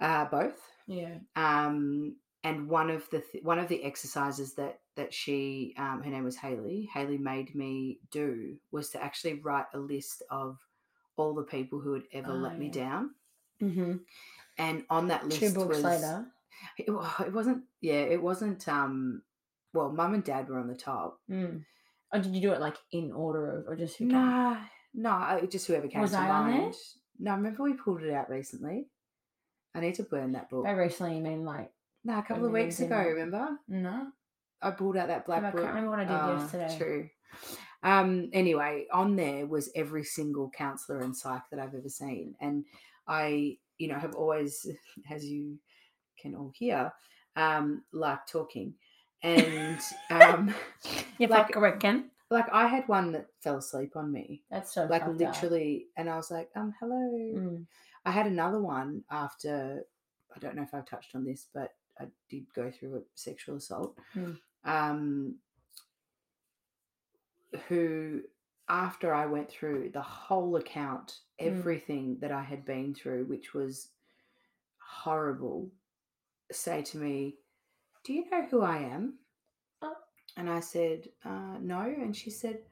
Speaker 3: uh, both.
Speaker 2: yeah,
Speaker 3: Um, and one of the th- one of the exercises that that she, um, her name was Haley. Haley made me do was to actually write a list of all the people who had ever
Speaker 2: Oh,
Speaker 3: let me
Speaker 2: yeah.
Speaker 3: down,
Speaker 2: mm-hmm.
Speaker 3: and on that list
Speaker 2: two books
Speaker 3: was,
Speaker 2: later,
Speaker 3: It, wa- it wasn't. Yeah, it wasn't. Um, well, mum and dad were on the top.
Speaker 2: mm. or did you do it like in order of, or just who came?
Speaker 3: No, no, I- just whoever came
Speaker 2: Was
Speaker 3: to
Speaker 2: I on there?
Speaker 3: mind. No, remember we pulled it out recently. I need to burn that book.
Speaker 2: By recently, you mean like
Speaker 3: No, a couple of
Speaker 2: maybe
Speaker 3: weeks
Speaker 2: they
Speaker 3: ago,
Speaker 2: might-
Speaker 3: remember?
Speaker 2: no?
Speaker 3: I pulled out that
Speaker 2: I
Speaker 3: black
Speaker 2: can't
Speaker 3: book.
Speaker 2: remember what I did
Speaker 3: Ah,
Speaker 2: yesterday.
Speaker 3: True. Um, anyway, on there was every single counsellor and psych that I've ever seen. And I, you know, have always, as you can all hear, um, like talking. And um,
Speaker 2: You
Speaker 3: Like-
Speaker 2: fuck reckon?
Speaker 3: like I had one that fell asleep on me.
Speaker 2: That's so
Speaker 3: Like
Speaker 2: fucked up.
Speaker 3: literally, and I was like, um, hello.
Speaker 2: Mm.
Speaker 3: I had another one after I don't know if I've touched on this, but I did go through a sexual assault.
Speaker 2: Hmm.
Speaker 3: Um, who after I went through the whole account,
Speaker 2: Mm.
Speaker 3: everything that I had been through, which was horrible, say to me, Do you know who I am?
Speaker 2: Oh.
Speaker 3: And I said, uh, No. And she said,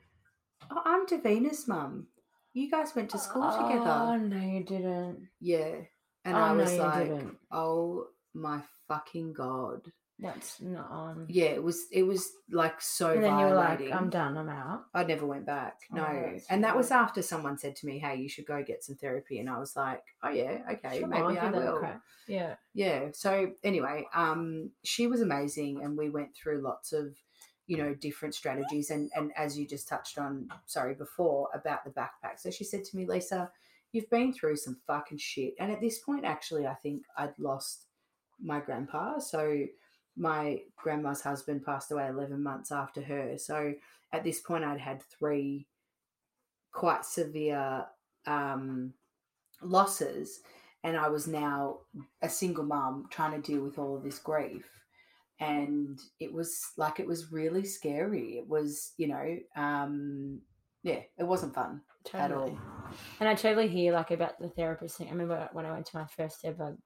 Speaker 3: Oh, I'm Davina's mum. You guys went to school
Speaker 2: Oh
Speaker 3: together.
Speaker 2: no, you didn't.
Speaker 3: Yeah. And
Speaker 2: oh,
Speaker 3: I was
Speaker 2: no, you
Speaker 3: like,
Speaker 2: didn't.
Speaker 3: oh my fucking god.
Speaker 2: That's not on.
Speaker 3: Yeah, it was it was like so
Speaker 2: Mm. and then you were like,
Speaker 3: violating.
Speaker 2: I'm done, I'm out.
Speaker 3: I never went back.
Speaker 2: Oh,
Speaker 3: No.
Speaker 2: that's
Speaker 3: and that
Speaker 2: weird.
Speaker 3: was after someone said to me, Hey, you should go get some therapy and I was like, Oh yeah, okay,
Speaker 2: Sure, I'll
Speaker 3: maybe
Speaker 2: give
Speaker 3: I
Speaker 2: that a
Speaker 3: will.
Speaker 2: crack. Yeah.
Speaker 3: Yeah. So anyway, um she was amazing and we went through lots of you know different strategies and and as you just touched on sorry before about the backpack so she said to me lisa you've been through some fucking shit and at this point actually i think i'd lost my grandpa so my grandma's husband passed away 11 months after her so at this point i'd had three quite severe um losses and i was now a single mom trying to deal with all of this grief and it was like it was really scary it was you know um yeah it wasn't fun at all
Speaker 2: And I totally hear like about the therapist thing. I remember when I went to my first ever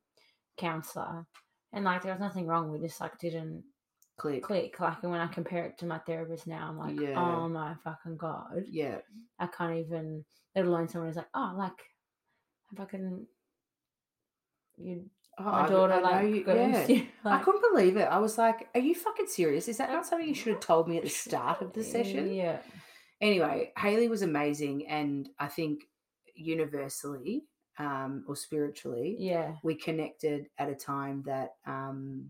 Speaker 2: counselor and like there was nothing wrong. We just like didn't
Speaker 3: click,
Speaker 2: click. Like and when I compare it to my therapist now, I'm like,
Speaker 3: Yeah.
Speaker 2: oh my fucking God.
Speaker 3: yeah
Speaker 2: I can't even let alone someone who's like, oh like I fucking you
Speaker 3: Oh,
Speaker 2: my
Speaker 3: I-
Speaker 2: daughter
Speaker 3: I know
Speaker 2: like
Speaker 3: you-
Speaker 2: goes
Speaker 3: yeah.
Speaker 2: like,
Speaker 3: I couldn't believe it. I was like, "Are you fucking serious? Is that not something you should have told me at the start of the session?"
Speaker 2: Yeah.
Speaker 3: anyway, Haley was amazing, and I think universally um, or spiritually,
Speaker 2: Yeah.
Speaker 3: we connected at a time that um,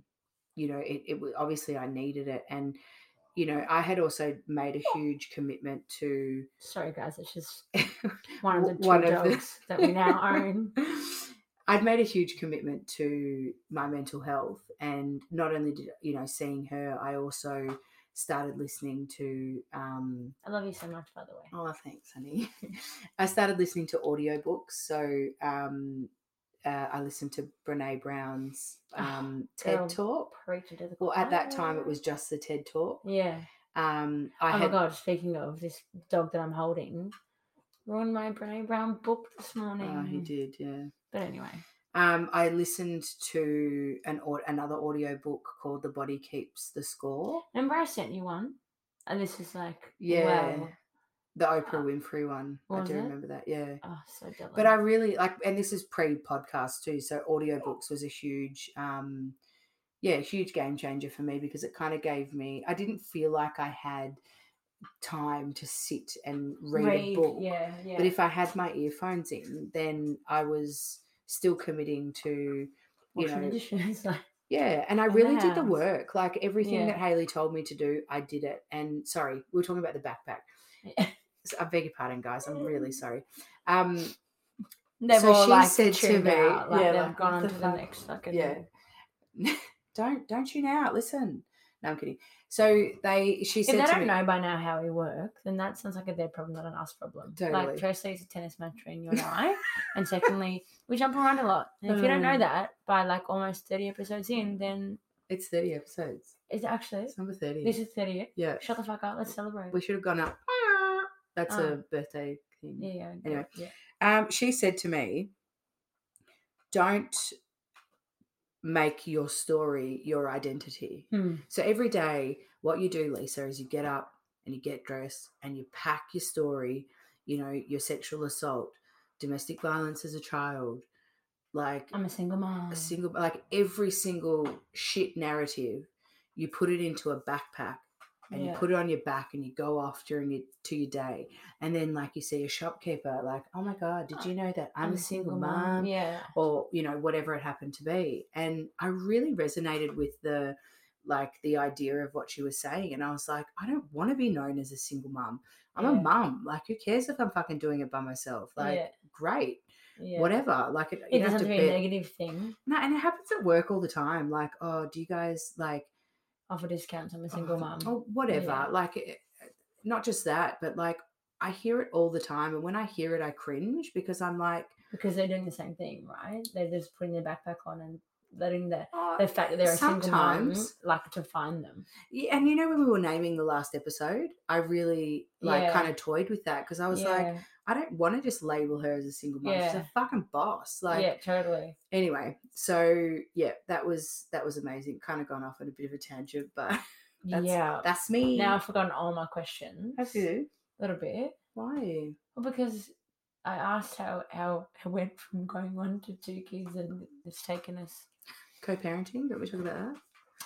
Speaker 3: you know it, it wa- obviously I needed it, and you know I had also made a huge commitment to
Speaker 2: Sorry, guys. It's just one of the
Speaker 3: W-
Speaker 2: two
Speaker 3: one of the-
Speaker 2: dogs that we now own.
Speaker 3: I'd made a huge commitment to my mental health, and not only did you know seeing her, I also started listening to um,
Speaker 2: I love you so much, by the way.
Speaker 3: Oh, thanks, honey. I started listening to audiobooks. So um, uh, I listened to Brene Brown's
Speaker 2: Oh,
Speaker 3: um,
Speaker 2: girl.
Speaker 3: TED Talk.
Speaker 2: Preach it to the
Speaker 3: Well, at that time, it
Speaker 2: choir.
Speaker 3: was just the TED Talk.
Speaker 2: Oh. Yeah.
Speaker 3: Um, I
Speaker 2: oh
Speaker 3: had,
Speaker 2: my god! Speaking of this dog that I'm holding, ruined my Brene Brown book this morning.
Speaker 3: Oh, he did, yeah.
Speaker 2: But anyway,
Speaker 3: Um, I listened to an au- another audiobook called The Body Keeps the Score,
Speaker 2: remember I sent you one, and this is like
Speaker 3: Yeah.
Speaker 2: wow.
Speaker 3: the Oprah Winfrey one. I
Speaker 2: was
Speaker 3: do
Speaker 2: it?
Speaker 3: remember that, yeah.
Speaker 2: oh so jealous.
Speaker 3: But I really like, and this is pre podcast too. So audiobooks was a huge, um, yeah, huge game changer for me because it kind of gave me, I didn't feel like I had time to sit and read, a book.
Speaker 2: Yeah, yeah.
Speaker 3: But if I had my earphones in, then I was still committing to, you
Speaker 2: Washing the
Speaker 3: know,
Speaker 2: dishes, like,
Speaker 3: yeah. And I
Speaker 2: the
Speaker 3: really did the
Speaker 2: house.
Speaker 3: work. Like everything
Speaker 2: Yeah.
Speaker 3: that Haley told me to do, I did it. And sorry, we were talking about the backpack. So I beg your pardon, guys. I'm really sorry. Um,
Speaker 2: they've
Speaker 3: So
Speaker 2: all
Speaker 3: she
Speaker 2: like
Speaker 3: said to
Speaker 2: tuned
Speaker 3: me-
Speaker 2: out, like
Speaker 3: yeah,
Speaker 2: they've
Speaker 3: like,
Speaker 2: gone
Speaker 3: what
Speaker 2: on
Speaker 3: the
Speaker 2: to the
Speaker 3: fuck?
Speaker 2: next fucking
Speaker 3: yeah. don't don't tune out. Listen. No, I'm kidding. So they, she
Speaker 2: If they
Speaker 3: said to
Speaker 2: don't
Speaker 3: me,
Speaker 2: know by now how we work, then that sounds like a their problem, not an us problem.
Speaker 3: Totally.
Speaker 2: Like, firstly, it's a tennis match between you and I, and secondly, we jump around a lot. And if you don't know
Speaker 3: Mm.
Speaker 2: that by like almost thirty episodes in, then
Speaker 3: it's 30 episodes.
Speaker 2: it's actually
Speaker 3: It's number 30.
Speaker 2: this is thirty.
Speaker 3: yeah.
Speaker 2: Shut the fuck up. Let's celebrate.
Speaker 3: We should have gone up. That's
Speaker 2: Oh.
Speaker 3: a birthday thing.
Speaker 2: yeah, yeah.
Speaker 3: Anyway.
Speaker 2: good, yeah.
Speaker 3: Um, she said to me, Don't make your story your identity.
Speaker 2: Hmm.
Speaker 3: So every day, what you do, Lisa, is you get up and you get dressed and you pack your story, you know, your sexual assault, domestic violence as a child, like
Speaker 2: I'm a single mom.
Speaker 3: a single, like every single shit narrative, you put it into a backpack and
Speaker 2: Yeah.
Speaker 3: you put it on your back and you go off during your to your day and then like you see a shopkeeper like oh my god did you know that i'm, a single, mom,
Speaker 2: Yeah.
Speaker 3: or you know whatever it happened to be and i really resonated with the like the idea of what she was saying and i was like i don't want to be known as a single mom i'm
Speaker 2: Yeah.
Speaker 3: a mum like who cares if i'm fucking doing it by myself like
Speaker 2: Yeah.
Speaker 3: great
Speaker 2: Yeah.
Speaker 3: whatever like it,
Speaker 2: It
Speaker 3: you don't have
Speaker 2: doesn't have
Speaker 3: to
Speaker 2: to be
Speaker 3: bear-
Speaker 2: a negative thing.
Speaker 3: no and it happens at work all the time like oh do you guys like
Speaker 2: Offer discounts. I'm a single
Speaker 3: oh,
Speaker 2: mom.
Speaker 3: Or whatever.
Speaker 2: Yeah.
Speaker 3: Like, it- not just that, but like, I hear it all the time. And when I hear it, I cringe because I'm like,
Speaker 2: because they're doing the same thing, right? They're just putting their backpack on and letting the
Speaker 3: oh.
Speaker 2: the fact that they're a single mom
Speaker 3: Sometimes.
Speaker 2: like to find them.
Speaker 3: Yeah, and you know, when we were naming the last episode, I really like
Speaker 2: Yeah.
Speaker 3: kind of toyed with that because I was like,
Speaker 2: Yeah,
Speaker 3: I don't want to just label her as a single mom. She's
Speaker 2: Yeah.
Speaker 3: a fucking boss. Like,
Speaker 2: yeah, totally.
Speaker 3: anyway, so yeah, that was that was amazing. Kind of gone off on a bit of a tangent, but that's,
Speaker 2: yeah.
Speaker 3: that's me.
Speaker 2: now I've forgotten all my questions.
Speaker 3: have you?
Speaker 2: A little bit.
Speaker 3: Why?
Speaker 2: Well, because I asked how how I went from going one to two kids and it's taken us.
Speaker 3: Co-parenting? Don't we talk about that?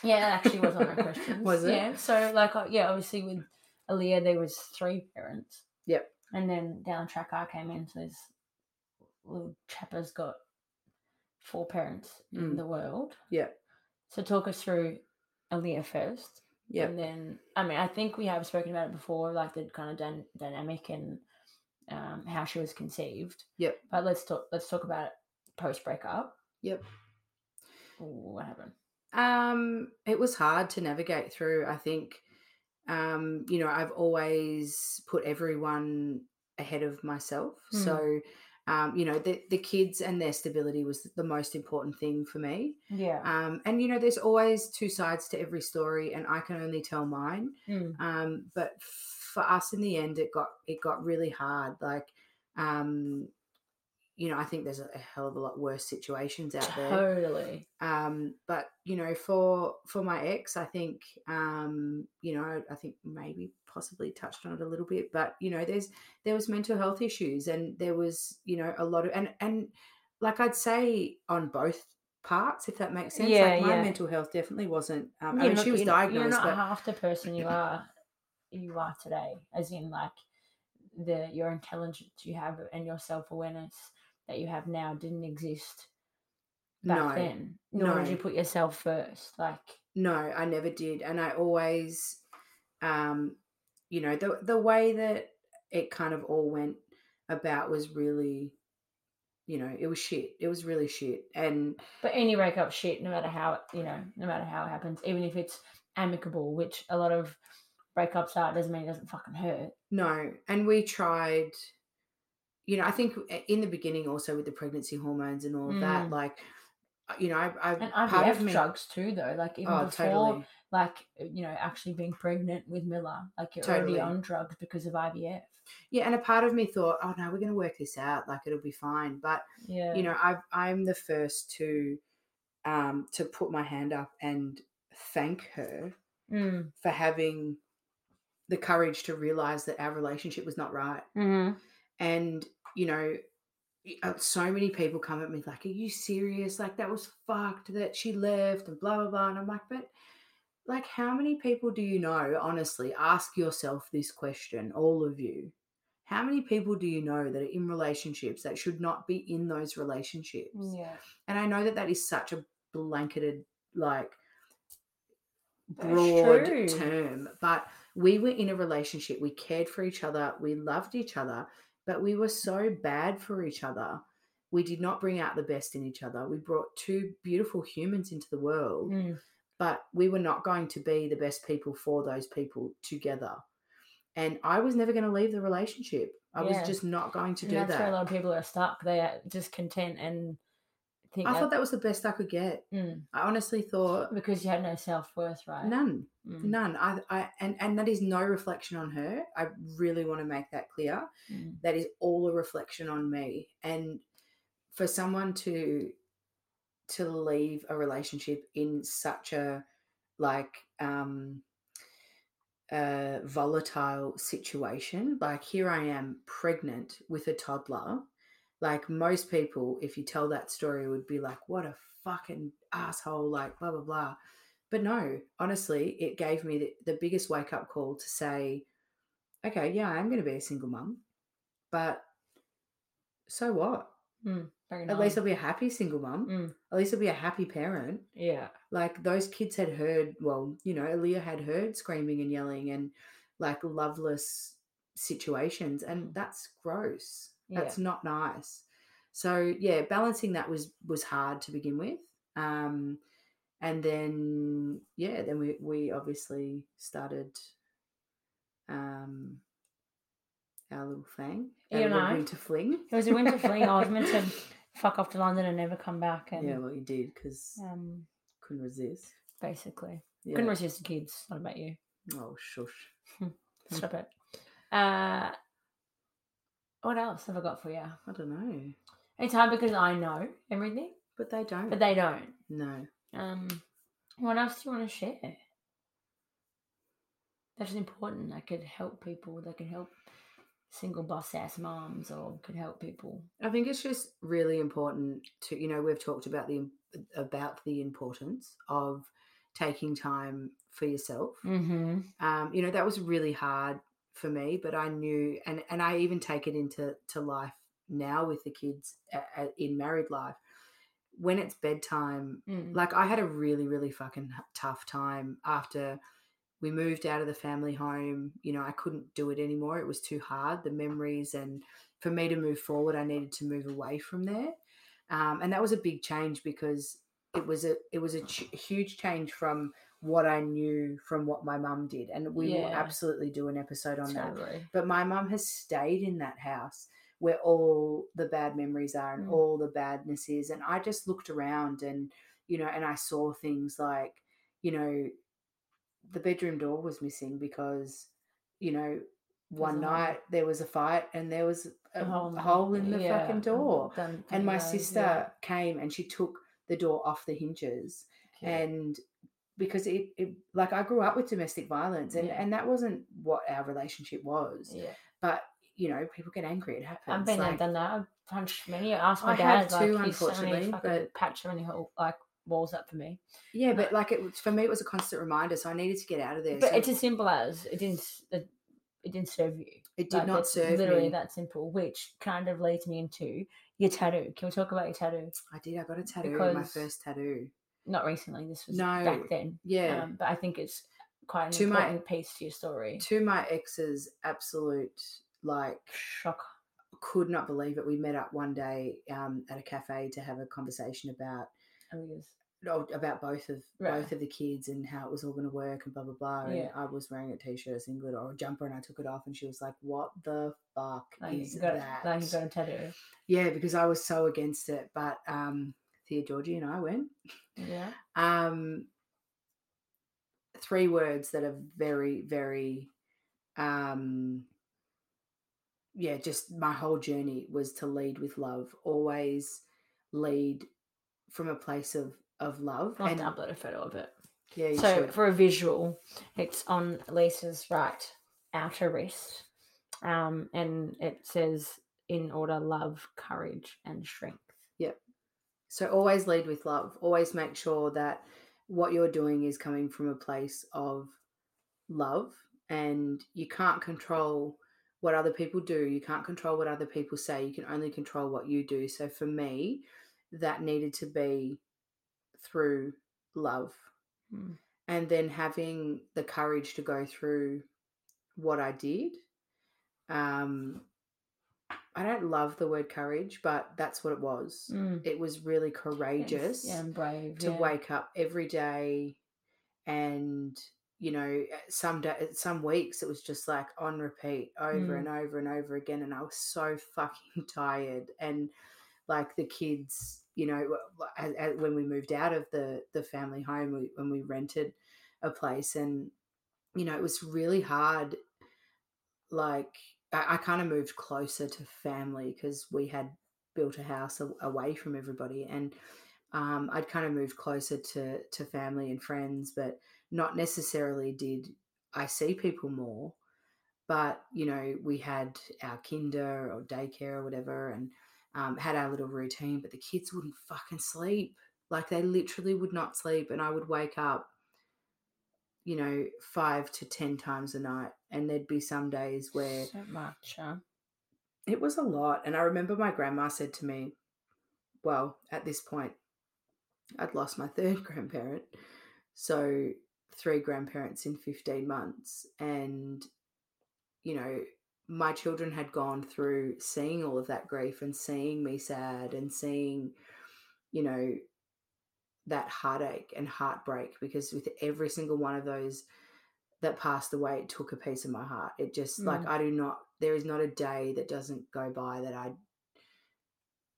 Speaker 2: Yeah, that actually was one of my questions.
Speaker 3: Was it?
Speaker 2: Yeah. So like, uh, yeah, obviously with Aaliyah there was three parents.
Speaker 3: Yep.
Speaker 2: And then down the track I came in, so this little chapper's got four parents in
Speaker 3: Mm.
Speaker 2: the world.
Speaker 3: Yep.
Speaker 2: So talk us through Aaliyah first.
Speaker 3: Yep.
Speaker 2: And then, I mean, I think we have spoken about it before, like the kind of dyn- dynamic and um, how she was conceived.
Speaker 3: Yep.
Speaker 2: But let's talk. Let's talk about post breakup.
Speaker 3: Yep.
Speaker 2: What happened?
Speaker 3: Um, it was hard to navigate through. I think, um, you know, I've always put everyone ahead of myself.
Speaker 2: Hmm.
Speaker 3: So, um, you know, the, the kids and their stability was the most important thing for me.
Speaker 2: Yeah.
Speaker 3: Um, and, you know, there's always two sides to every story, and I can only tell mine.
Speaker 2: Mm.
Speaker 3: Um, but for us in the end, it got it got really hard. Like, um, you know, I think there's a, a hell of a lot worse situations out there
Speaker 2: Totally.
Speaker 3: um but you know for for my ex i think um you know i think maybe possibly touched on it a little bit but you know there's there was mental health issues and there was you know a lot of and and like i'd say on both parts if that makes sense
Speaker 2: Yeah,
Speaker 3: like my
Speaker 2: yeah.
Speaker 3: mental health definitely wasn't um, i mean
Speaker 2: You're not-
Speaker 3: she was
Speaker 2: you're not- You're
Speaker 3: diagnosed
Speaker 2: not
Speaker 3: but
Speaker 2: half the person you are. You are today, as in like the your intelligence you have and your self awareness that you have now didn't exist back
Speaker 3: no
Speaker 2: then. Nor did
Speaker 3: no.
Speaker 2: you put yourself first. Like
Speaker 3: no i never did and i always um you know the the way that it kind of all went about was really you know it was shit it was really shit and
Speaker 2: But any breakup shit, no matter how you know, no matter how it happens, even if it's amicable, which a lot of breakups are, doesn't mean it doesn't fucking hurt.
Speaker 3: no and we tried you know i think i- in the beginning also with the pregnancy hormones and all of that
Speaker 2: Mm.
Speaker 3: like uh, you know i, I
Speaker 2: And I've
Speaker 3: part
Speaker 2: left
Speaker 3: of me
Speaker 2: drugs too, though. Like even
Speaker 3: oh
Speaker 2: before,
Speaker 3: totally
Speaker 2: like you know, actually being pregnant with Miller, like you're
Speaker 3: Totally.
Speaker 2: already on drugs because of IVF.
Speaker 3: yeah and a part of me thought oh no we're going to work this out like it'll be fine but
Speaker 2: Yeah,
Speaker 3: you know I've, i'm the first to um to put my hand up and thank her
Speaker 2: Mm.
Speaker 3: for having the courage to realize that our relationship was not right
Speaker 2: Mm-hmm.
Speaker 3: and you know y- uh, so many people come at me like are you serious like that was fucked that she left and blah blah blah and i'm like but like how many people do you know honestly ask yourself this question all of you how many people do you know that are in relationships that should not be in those relationships
Speaker 2: Mm, yeah,
Speaker 3: and I know that that is such a blanketed, like,
Speaker 2: That's
Speaker 3: broad
Speaker 2: true.
Speaker 3: term. But we were in a relationship. We cared for each other. We loved each other. But we were so bad for each other. We did not bring out the best in each other. We brought two beautiful humans into the world
Speaker 2: Mm.
Speaker 3: but we were not going to be the best people for those people together. And I was never going to leave the relationship. I
Speaker 2: Yeah.
Speaker 3: was just not going to
Speaker 2: And
Speaker 3: do
Speaker 2: that's where a
Speaker 3: that.
Speaker 2: lot of people are stuck. They are discontent and think
Speaker 3: I thought that was the best I could get.
Speaker 2: Mm.
Speaker 3: I honestly thought
Speaker 2: because you had no self worth, right?
Speaker 3: none,
Speaker 2: Mm.
Speaker 3: none. I, I, and and that is no reflection on her. I really want to make that clear.
Speaker 2: Mm.
Speaker 3: that is all a reflection on me and for someone to to leave a relationship in such a like um uh volatile situation like here i am pregnant with a toddler like most people if you tell that story would be like what a fucking asshole like blah blah blah but no honestly it gave me the, the biggest wake up call to say okay yeah i'm going to be a single mum but so what?
Speaker 2: Bring it
Speaker 3: At least
Speaker 2: on.
Speaker 3: I'll be a happy single mum.
Speaker 2: Mm.
Speaker 3: At least I'll be a happy parent.
Speaker 2: yeah,
Speaker 3: Like those kids had heard, well, you know, Leah had heard screaming and yelling and like loveless situations, and
Speaker 2: Mm.
Speaker 3: that's gross.
Speaker 2: Yeah.
Speaker 3: That's not nice. So yeah, balancing that was was hard to begin with. Um, and then yeah, then we we obviously started um our little thing, our
Speaker 2: You
Speaker 3: little
Speaker 2: know.
Speaker 3: winter fling.
Speaker 2: it was a winter fling. I was meant to fuck off to London and never come back, eh, and
Speaker 3: Yeah, well, you did because
Speaker 2: um,
Speaker 3: couldn't resist.
Speaker 2: basically
Speaker 3: Yeah.
Speaker 2: couldn't resist the kids. What about you?
Speaker 3: oh, shush.
Speaker 2: Stop it. Uh, what else have I got for you?
Speaker 3: I don't know.
Speaker 2: It's hard because I know everything,
Speaker 3: But they don't.
Speaker 2: but they don't.
Speaker 3: no.
Speaker 2: Um, what else do you want to share? That's important. That could help people. That could help single boss ass moms, or could help people.
Speaker 3: I think it's just really important to you know we've talked about the about the importance of taking time for yourself.
Speaker 2: Mm-hmm.
Speaker 3: Um, you know that was really hard for me, but I knew and and I even take it into to life now with the kids a- a- in married life. When it's bedtime, like I had a really really fucking h- tough time after we moved out of the family home you know I couldn't do it anymore it was too hard the memories and for me to move forward I needed to move away from there um, and that was a big change because it was a it was a ch- huge change from what I knew from what my mum did and we will
Speaker 2: Yeah.
Speaker 3: absolutely do an episode on that
Speaker 2: Totally.
Speaker 3: but my mum has stayed in that house where all the bad memories are and
Speaker 2: Mm.
Speaker 3: all the badness is. And I just looked around and, you know, and I saw things like, you know, the bedroom door was missing because, you know, one
Speaker 2: a hole.
Speaker 3: night there was a fight and there was a, hole, in the
Speaker 2: Um, yeah,
Speaker 3: fucking door.
Speaker 2: done-
Speaker 3: And my
Speaker 2: yeah,
Speaker 3: sister
Speaker 2: yeah.
Speaker 3: came and she took the door off the hinges and because it, it like i grew up with domestic violence and
Speaker 2: Yeah.
Speaker 3: and that wasn't what our relationship was
Speaker 2: yeah,
Speaker 3: but you know people get angry it happens
Speaker 2: I've been there,
Speaker 3: like,
Speaker 2: done that. I've punched many. I asked my
Speaker 3: I have
Speaker 2: dad,
Speaker 3: too,
Speaker 2: like, he's so many
Speaker 3: unfortunately,
Speaker 2: fucking
Speaker 3: but-
Speaker 2: patch so many hole- like walls up for me.
Speaker 3: yeah but like it was for me it was a constant reminder so i needed to get out of there
Speaker 2: But
Speaker 3: so
Speaker 2: it's as simple as it didn't. s- It, it didn't serve you.
Speaker 3: it did
Speaker 2: Like,
Speaker 3: not
Speaker 2: it's
Speaker 3: serve
Speaker 2: literally
Speaker 3: me
Speaker 2: that simple, which kind of leads me into your tattoo. Can we talk about your tattoo?
Speaker 3: i did i got a tattoo my
Speaker 2: because-
Speaker 3: first tattoo
Speaker 2: Not recently. This was
Speaker 3: No,
Speaker 2: back then.
Speaker 3: yeah
Speaker 2: Um, but I think it's quite an
Speaker 3: To my-
Speaker 2: important piece to your story.
Speaker 3: to my ex's absolute like
Speaker 2: Shock.
Speaker 3: could not believe it we met up one day um, at a cafe to have a conversation about
Speaker 2: I guess.
Speaker 3: no, about both of
Speaker 2: Right.
Speaker 3: both of the kids and how it was all going to work and blah blah blah. And
Speaker 2: Yeah.
Speaker 3: I was wearing a t-shirt, a singlet, or a jumper, and I took it off, and she was like, "What the fuck
Speaker 2: Like
Speaker 3: is
Speaker 2: you got,
Speaker 3: that?"
Speaker 2: like you got a tattoo.
Speaker 3: yeah, because I was so against it, but um, Thea Georgie and I went.
Speaker 2: Yeah.
Speaker 3: Um, three words that are very, very, um, yeah, just my whole journey was to lead with love. Always lead from a place of of love
Speaker 2: I'll have to upload a photo of it.
Speaker 3: yeah, you
Speaker 2: so
Speaker 3: Mm-hmm. should.
Speaker 2: for a visual, it's on Lisa's right outer wrist, um, and it says in order: love, courage, and strength.
Speaker 3: So always lead with love. Always make sure that what you're doing is coming from a place of love and you can't control what other people do. You can't control what other people say. You can only control what you do. So for me, that needed to be through love
Speaker 2: Hmm.
Speaker 3: and then having the courage to go through what I did. Um I don't love the word courage, but that's what it was
Speaker 2: Mm.
Speaker 3: it was really
Speaker 2: It's-
Speaker 3: courageous
Speaker 2: yeah, and brave
Speaker 3: to
Speaker 2: yeah.
Speaker 3: wake up every day and you know eh, some da some weeks it was just like on repeat over
Speaker 2: Mm.
Speaker 3: and over and over again and i was so fucking tired and like the kids you know w- as- as- when we moved out of the the family home we, when we rented a place and you know it was really hard like i, I kind of moved closer to family because we had built a house a- away from everybody and um, i'd kind of moved closer to to family and friends but not necessarily did I see people more, but you know, we had our kinder or daycare or whatever and um, had our little routine, but the kids wouldn't fucking sleep. Like they literally would not sleep. And I would wake up, you know, five to 10 times a night. And there'd be some days where
Speaker 2: so much. Huh?
Speaker 3: it was a lot. And I remember my grandma said to me, Well, at this point, I'd lost my third grandparent. So, three grandparents in 15 months. And, you know, my children had gone through seeing all of that grief and seeing me sad and seeing, you know, that heartache and heartbreak because with every single one of those that passed away, it took a piece of my heart. It just like
Speaker 2: Mm.
Speaker 3: I do not. There is not a day that doesn't go by that I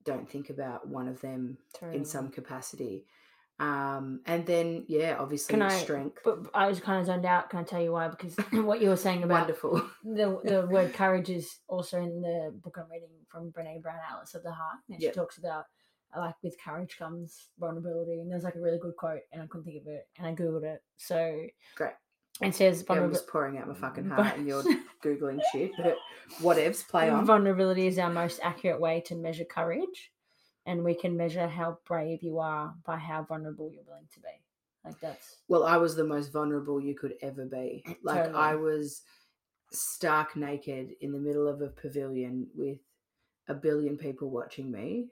Speaker 3: don't think about one of them
Speaker 2: Totally.
Speaker 3: in some capacity. Um, and then yeah, obviously
Speaker 2: Can I-
Speaker 3: strength,
Speaker 2: But but I was kind of zoned out. Can I tell you why? Because what you were saying about
Speaker 3: wonderful.
Speaker 2: the the word courage is also in the book I'm reading from Brene Brown, Alice of the Heart, and
Speaker 3: Yep.
Speaker 2: she talks about uh, like with courage comes vulnerability, and there's like a really good quote, and I couldn't think of it, and I googled it. So
Speaker 3: Great.
Speaker 2: It says
Speaker 3: Yeah, I'm
Speaker 2: vulnerab-
Speaker 3: just pouring out my fucking
Speaker 2: But-
Speaker 3: heart, and you're googling shit. But whatevs, play on.
Speaker 2: vulnerability is our most accurate way to measure courage, and we can measure how brave you are by how vulnerable you're willing to be. Like that's
Speaker 3: Well, I was the most vulnerable you could ever be. Like
Speaker 2: Totally.
Speaker 3: I was stark naked in the middle of a pavilion with a billion people watching me,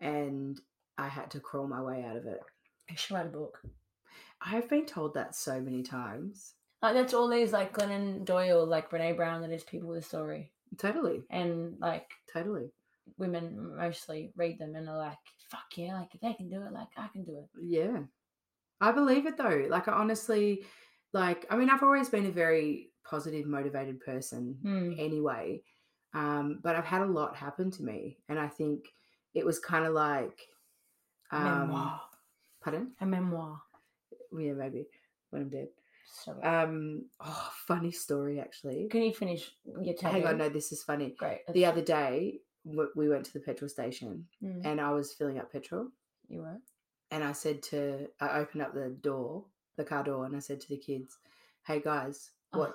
Speaker 3: and I had to crawl my way out of it.
Speaker 2: I should write a book.
Speaker 3: I have been told that so many times.
Speaker 2: Like that's all these like Glennon Doyle, like Brene Brown, that is people with a story,
Speaker 3: Totally,
Speaker 2: and like
Speaker 3: totally.
Speaker 2: women mostly read them and are like, fuck yeah, like if they can do it, like I can do it.
Speaker 3: Yeah. I believe it though. Like I honestly like I mean I've always been a very positive motivated person anyway. Um but I've had a lot happen to me and I think it was kind of like um
Speaker 2: memoir.
Speaker 3: pardon?
Speaker 2: A memoir.
Speaker 3: Yeah, maybe when I'm dead.
Speaker 2: So
Speaker 3: Um oh funny story actually.
Speaker 2: can you finish your tattoo?
Speaker 3: Hang on, no this is funny.
Speaker 2: Great.
Speaker 3: The
Speaker 2: that's-
Speaker 3: other day w- we went to the petrol station
Speaker 2: Mm,
Speaker 3: and I was filling up petrol
Speaker 2: you were.
Speaker 3: and I said to I opened up the door, the car door, and I said to the kids, "Hey guys,
Speaker 2: Oh.
Speaker 3: what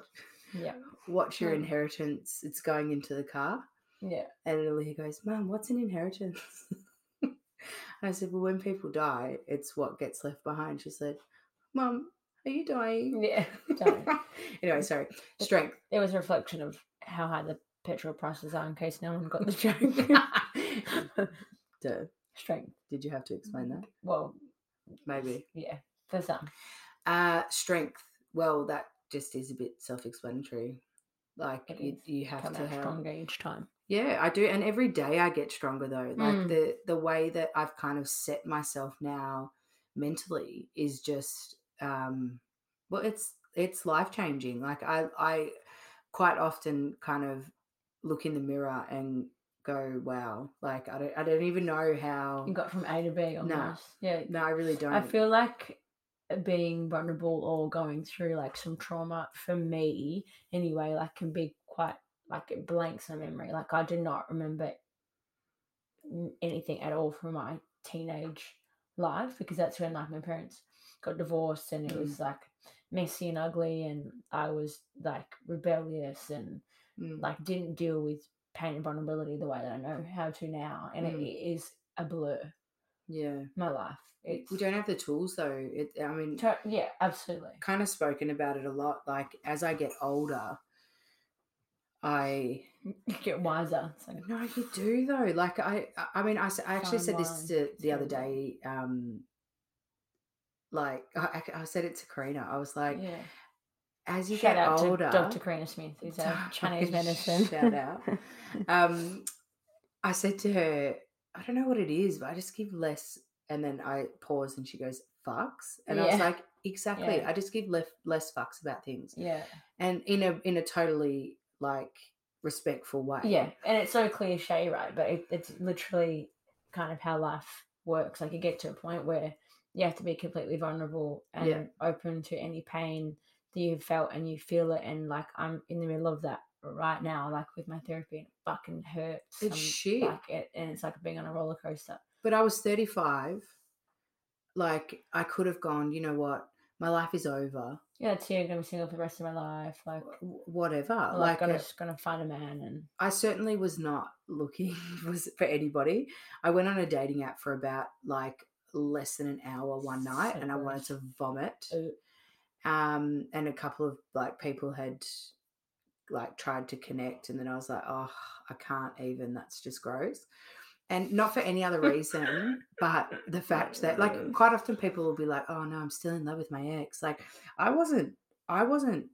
Speaker 2: Yeah.
Speaker 3: what's your
Speaker 2: Mm.
Speaker 3: inheritance? It's going into the car."
Speaker 2: Yeah.
Speaker 3: And Lily goes, "Mum, what's an inheritance?" and I said, "Well, when people die, it's what gets left behind." She said, "Mum, are you dying?"
Speaker 2: Yeah. Sorry.
Speaker 3: anyway, sorry. Strength.
Speaker 2: It was a reflection of how high the petrol prices are in case no one got the joke.
Speaker 3: Duh.
Speaker 2: Strength.
Speaker 3: Did you have to explain
Speaker 2: Mm-hmm.
Speaker 3: that?
Speaker 2: Well,
Speaker 3: Maybe.
Speaker 2: yeah, for some.
Speaker 3: Uh, strength. Well, that just is a bit self-explanatory. Like
Speaker 2: It
Speaker 3: you,
Speaker 2: is.
Speaker 3: you have
Speaker 2: Come
Speaker 3: to
Speaker 2: out
Speaker 3: have
Speaker 2: stronger each time.
Speaker 3: Yeah, I do, and every day I get stronger though. Like
Speaker 2: Mm.
Speaker 3: the the way that I've kind of set myself now mentally is just um well it's it's life changing. Like I I quite often kind of look in the mirror and go, wow, like I don't I don't even know how
Speaker 2: You got from A to B almost. Yeah.
Speaker 3: no, I really don't.
Speaker 2: I feel like uh, being vulnerable or going through like some trauma for me anyway, like can be quite like it blanks my memory. Like I do not remember n- anything at all from my teenage life because that's when like my parents got divorced and it
Speaker 3: Mm.
Speaker 2: was like messy and ugly and I was like rebellious and
Speaker 3: Mm.
Speaker 2: like didn't deal with pain and vulnerability the way that I know how to now. And it,
Speaker 3: Mm.
Speaker 2: it is a blur.
Speaker 3: yeah.
Speaker 2: My life.
Speaker 3: We
Speaker 2: It's
Speaker 3: we don't have the tools though. It I mean
Speaker 2: To- yeah, absolutely.
Speaker 3: kind of spoken about it a lot. Like as I get older, I
Speaker 2: You get wiser. It's like,
Speaker 3: No, you do though. Like I, I- I mean, I, s- I actually said this
Speaker 2: Timeline.
Speaker 3: to, the other
Speaker 2: Yeah.
Speaker 3: day. Um, like I, I- I said it to Karina. I was like,
Speaker 2: yeah.
Speaker 3: as you
Speaker 2: Shout
Speaker 3: get
Speaker 2: out
Speaker 3: older,
Speaker 2: to Dr. Karina Smith, who's a Chinese medicine.
Speaker 3: Shout out. Um, I said to her, I don't know what it is, but I just give less. And then I pause, and she goes, fucks. And I was
Speaker 2: Yeah.
Speaker 3: like, exactly.
Speaker 2: Yeah.
Speaker 3: I just give less less fucks about things.
Speaker 2: Yeah.
Speaker 3: And in a in a totally like respectful way.
Speaker 2: Yeah, and it's so cliche, right? But it, it's literally kind of how life works. Like you get to a point where you have to be completely vulnerable and
Speaker 3: Yeah.
Speaker 2: open to any pain that you've felt, and you feel it. And like I'm in the middle of that right now, like with my therapy, and it fucking hurts.
Speaker 3: It's
Speaker 2: I'm,
Speaker 3: shit.
Speaker 2: Like it, and it's like being on a roller coaster.
Speaker 3: But I was 35. Like I could have gone, you know what? My life is over.
Speaker 2: Yeah, it's here. I'm gonna be single for the rest of my life. Like,
Speaker 3: wh- Whatever.
Speaker 2: or,
Speaker 3: like
Speaker 2: like I'm
Speaker 3: uh,
Speaker 2: just gonna find a man, and
Speaker 3: I certainly was not looking was for anybody. I went on a dating app for about like less than an hour one night
Speaker 2: So
Speaker 3: and I
Speaker 2: good.
Speaker 3: wanted to vomit.
Speaker 2: Ooh.
Speaker 3: Um and a couple of like people had like tried to connect and then I was like, "Oh, I can't even. That's just gross." And not for any other reason, but the fact that like quite often people will be like, "Oh no, I'm still in love with my ex." Like I wasn't I wasn't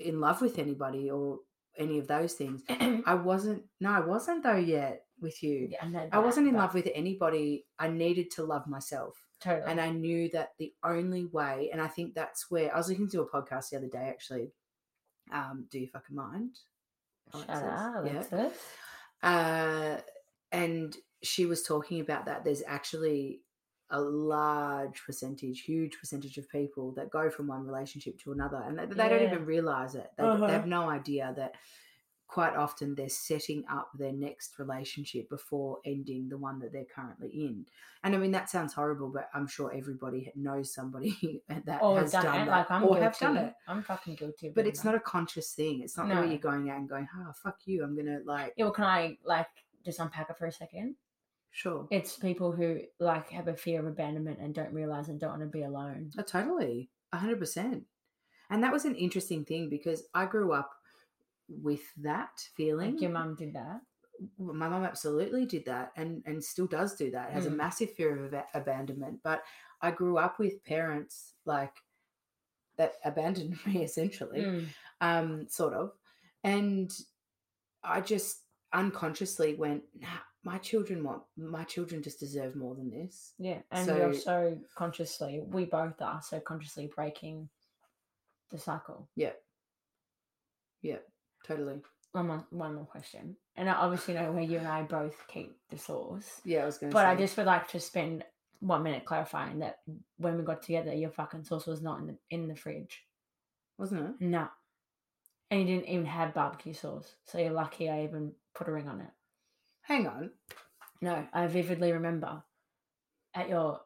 Speaker 3: in love with anybody or any of those things. I wasn't. No, I wasn't though yet with you.
Speaker 2: yeah, know
Speaker 3: I wasn't
Speaker 2: that,
Speaker 3: in
Speaker 2: but
Speaker 3: love with anybody. I needed to love myself.
Speaker 2: totally.
Speaker 3: And I knew that the only way, and I think that's where I was listening to a podcast the other day actually. Um, do you fucking mind?
Speaker 2: Shut
Speaker 3: Alexis?
Speaker 2: up,
Speaker 3: Yeah.
Speaker 2: Alexis.
Speaker 3: Uh, and she was talking about that. There's actually a large percentage, huge percentage of people that go from one relationship to another, and they, they don't
Speaker 2: Yeah.
Speaker 3: even realize it. They,
Speaker 2: Uh-huh.
Speaker 3: they have no idea that quite often they're setting up their next relationship before ending the one that they're currently in. And I mean, that sounds horrible, but I'm sure everybody knows somebody that
Speaker 2: Or
Speaker 3: has done,
Speaker 2: it.
Speaker 3: that
Speaker 2: Like I'm
Speaker 3: or
Speaker 2: guilty.
Speaker 3: have done it.
Speaker 2: I'm fucking guilty. of
Speaker 3: But
Speaker 2: doing
Speaker 3: it's
Speaker 2: that.
Speaker 3: not a conscious thing. It's not where
Speaker 2: No.
Speaker 3: you're going out and going, "Ah, fuck you. I'm gonna like,
Speaker 2: Yeah, well, can I like just unpack it for a second?
Speaker 3: sure."
Speaker 2: It's people who like have a fear of abandonment and don't realize and don't want to be alone.
Speaker 3: Oh, totally. 100%. And that was an interesting thing because I grew up with that feeling.
Speaker 2: Like your mum did that.
Speaker 3: W- My mum absolutely did that and, and still does do that, has a
Speaker 2: Mm.
Speaker 3: massive fear of ab- abandonment. But I grew up with parents like that abandoned me essentially,
Speaker 2: Mm.
Speaker 3: um, sort of. And I just unconsciously went, nah, my children want, my children just deserve more than this.
Speaker 2: Yeah, and we are
Speaker 3: So-
Speaker 2: so consciously, we both are so consciously breaking the cycle.
Speaker 3: Yeah, totally.
Speaker 2: One more, one more question, and I obviously know where you and I both keep the source,
Speaker 3: Yeah, I was going to
Speaker 2: but
Speaker 3: say.
Speaker 2: I just would like to spend one minute clarifying that when we got together, your fucking sauce was not in the in the fridge.
Speaker 3: wasn't it?
Speaker 2: No. And you didn't even have barbecue sauce. So you're lucky I even put a ring on it.
Speaker 3: Hang on.
Speaker 2: No, I vividly remember at your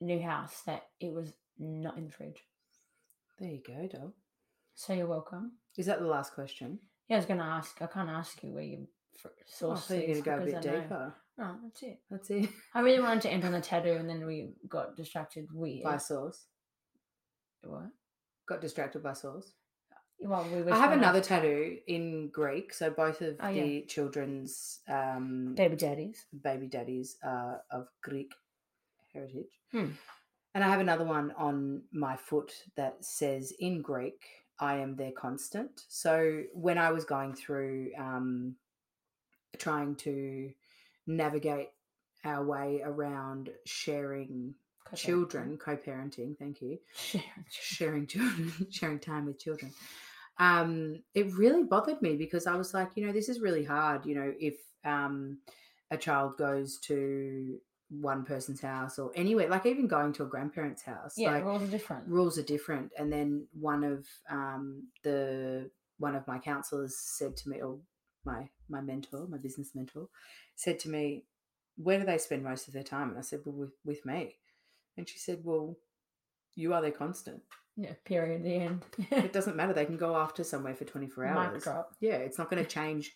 Speaker 2: new house that it was not in the fridge.
Speaker 3: There you go, doll.
Speaker 2: So you're welcome.
Speaker 3: Is that the last question?
Speaker 2: Yeah, I was going to ask. I can't ask you where your fr-
Speaker 3: Oh, I
Speaker 2: sauce
Speaker 3: thought you were
Speaker 2: is.
Speaker 3: going to go a bit
Speaker 2: because I know-
Speaker 3: deeper.
Speaker 2: No, that's it.
Speaker 3: That's it.
Speaker 2: I really wanted to end on the tattoo and then we got distracted. Weird.
Speaker 3: By sauce.
Speaker 2: What?
Speaker 3: Got distracted by sauce.
Speaker 2: Well, we
Speaker 3: I
Speaker 2: wish
Speaker 3: have
Speaker 2: one of-
Speaker 3: another tattoo in Greek. So both of
Speaker 2: Oh,
Speaker 3: the
Speaker 2: yeah.
Speaker 3: children's um,
Speaker 2: baby daddies.
Speaker 3: baby daddies are of Greek heritage.
Speaker 2: Hmm.
Speaker 3: And I have another one on my foot that says in Greek, I am their constant. So when I was going through um, trying to navigate our way around sharing
Speaker 2: Co-parenting.
Speaker 3: children, co parenting, thank you,
Speaker 2: Sharing children.
Speaker 3: sharing children, sharing time with children. Um, it really bothered me because I was like, you know, this is really hard. You know, if um, a child goes to one person's house or anywhere, like even going to a grandparent's house,
Speaker 2: Yeah,
Speaker 3: like
Speaker 2: rules are different.
Speaker 3: rules are different. And then one of um, the one of my counselors said to me, or my my mentor, my business mentor, said to me, "Where do they spend most of their time?" And I said, "Well, with, with me." And she said, "Well, you are their constant."
Speaker 2: yeah, period. The end.
Speaker 3: it doesn't matter. They can go after somewhere for 24
Speaker 2: Mic
Speaker 3: hours.
Speaker 2: drop.
Speaker 3: Yeah, it's not going to change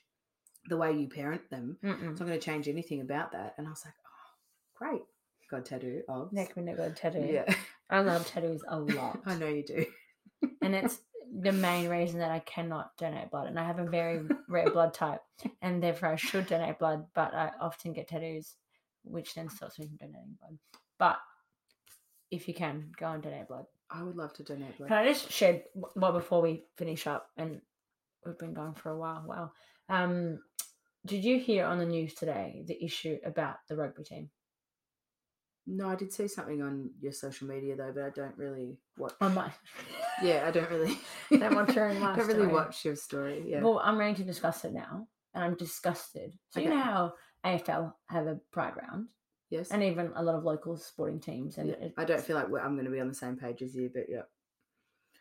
Speaker 3: the way you parent them.
Speaker 2: Mm-mm.
Speaker 3: It's not going to change anything about that. And I was like, oh, great. God tattoo. Oh,
Speaker 2: Neck when got a tattoo.
Speaker 3: yeah.
Speaker 2: I love tattoos a lot.
Speaker 3: I know you do.
Speaker 2: And it's the main reason that I cannot donate blood. And I have a very rare blood type. And therefore I should donate blood, but I often get tattoos, which then stops me from donating blood. But if you can, go and donate blood.
Speaker 3: I would love to donate blood.
Speaker 2: Can I just share w- well before we finish up and we've been going for a while. Wow. Um did you hear on the news today the issue about the rugby team?
Speaker 3: No, I did see something on your social media though, but I don't really watch.
Speaker 2: I might.
Speaker 3: Yeah, I don't really.
Speaker 2: Don't watch her in my
Speaker 3: Don't really
Speaker 2: story.
Speaker 3: watch your story. Yeah.
Speaker 2: Well, I'm ready to discuss it now, and I'm disgusted. So you
Speaker 3: Okay.
Speaker 2: know how AFL have a pride round,
Speaker 3: yes.
Speaker 2: and even a lot of local sporting teams, and
Speaker 3: Yeah,
Speaker 2: it,
Speaker 3: I don't feel like we're, I'm going to be on the same page as you, but yeah.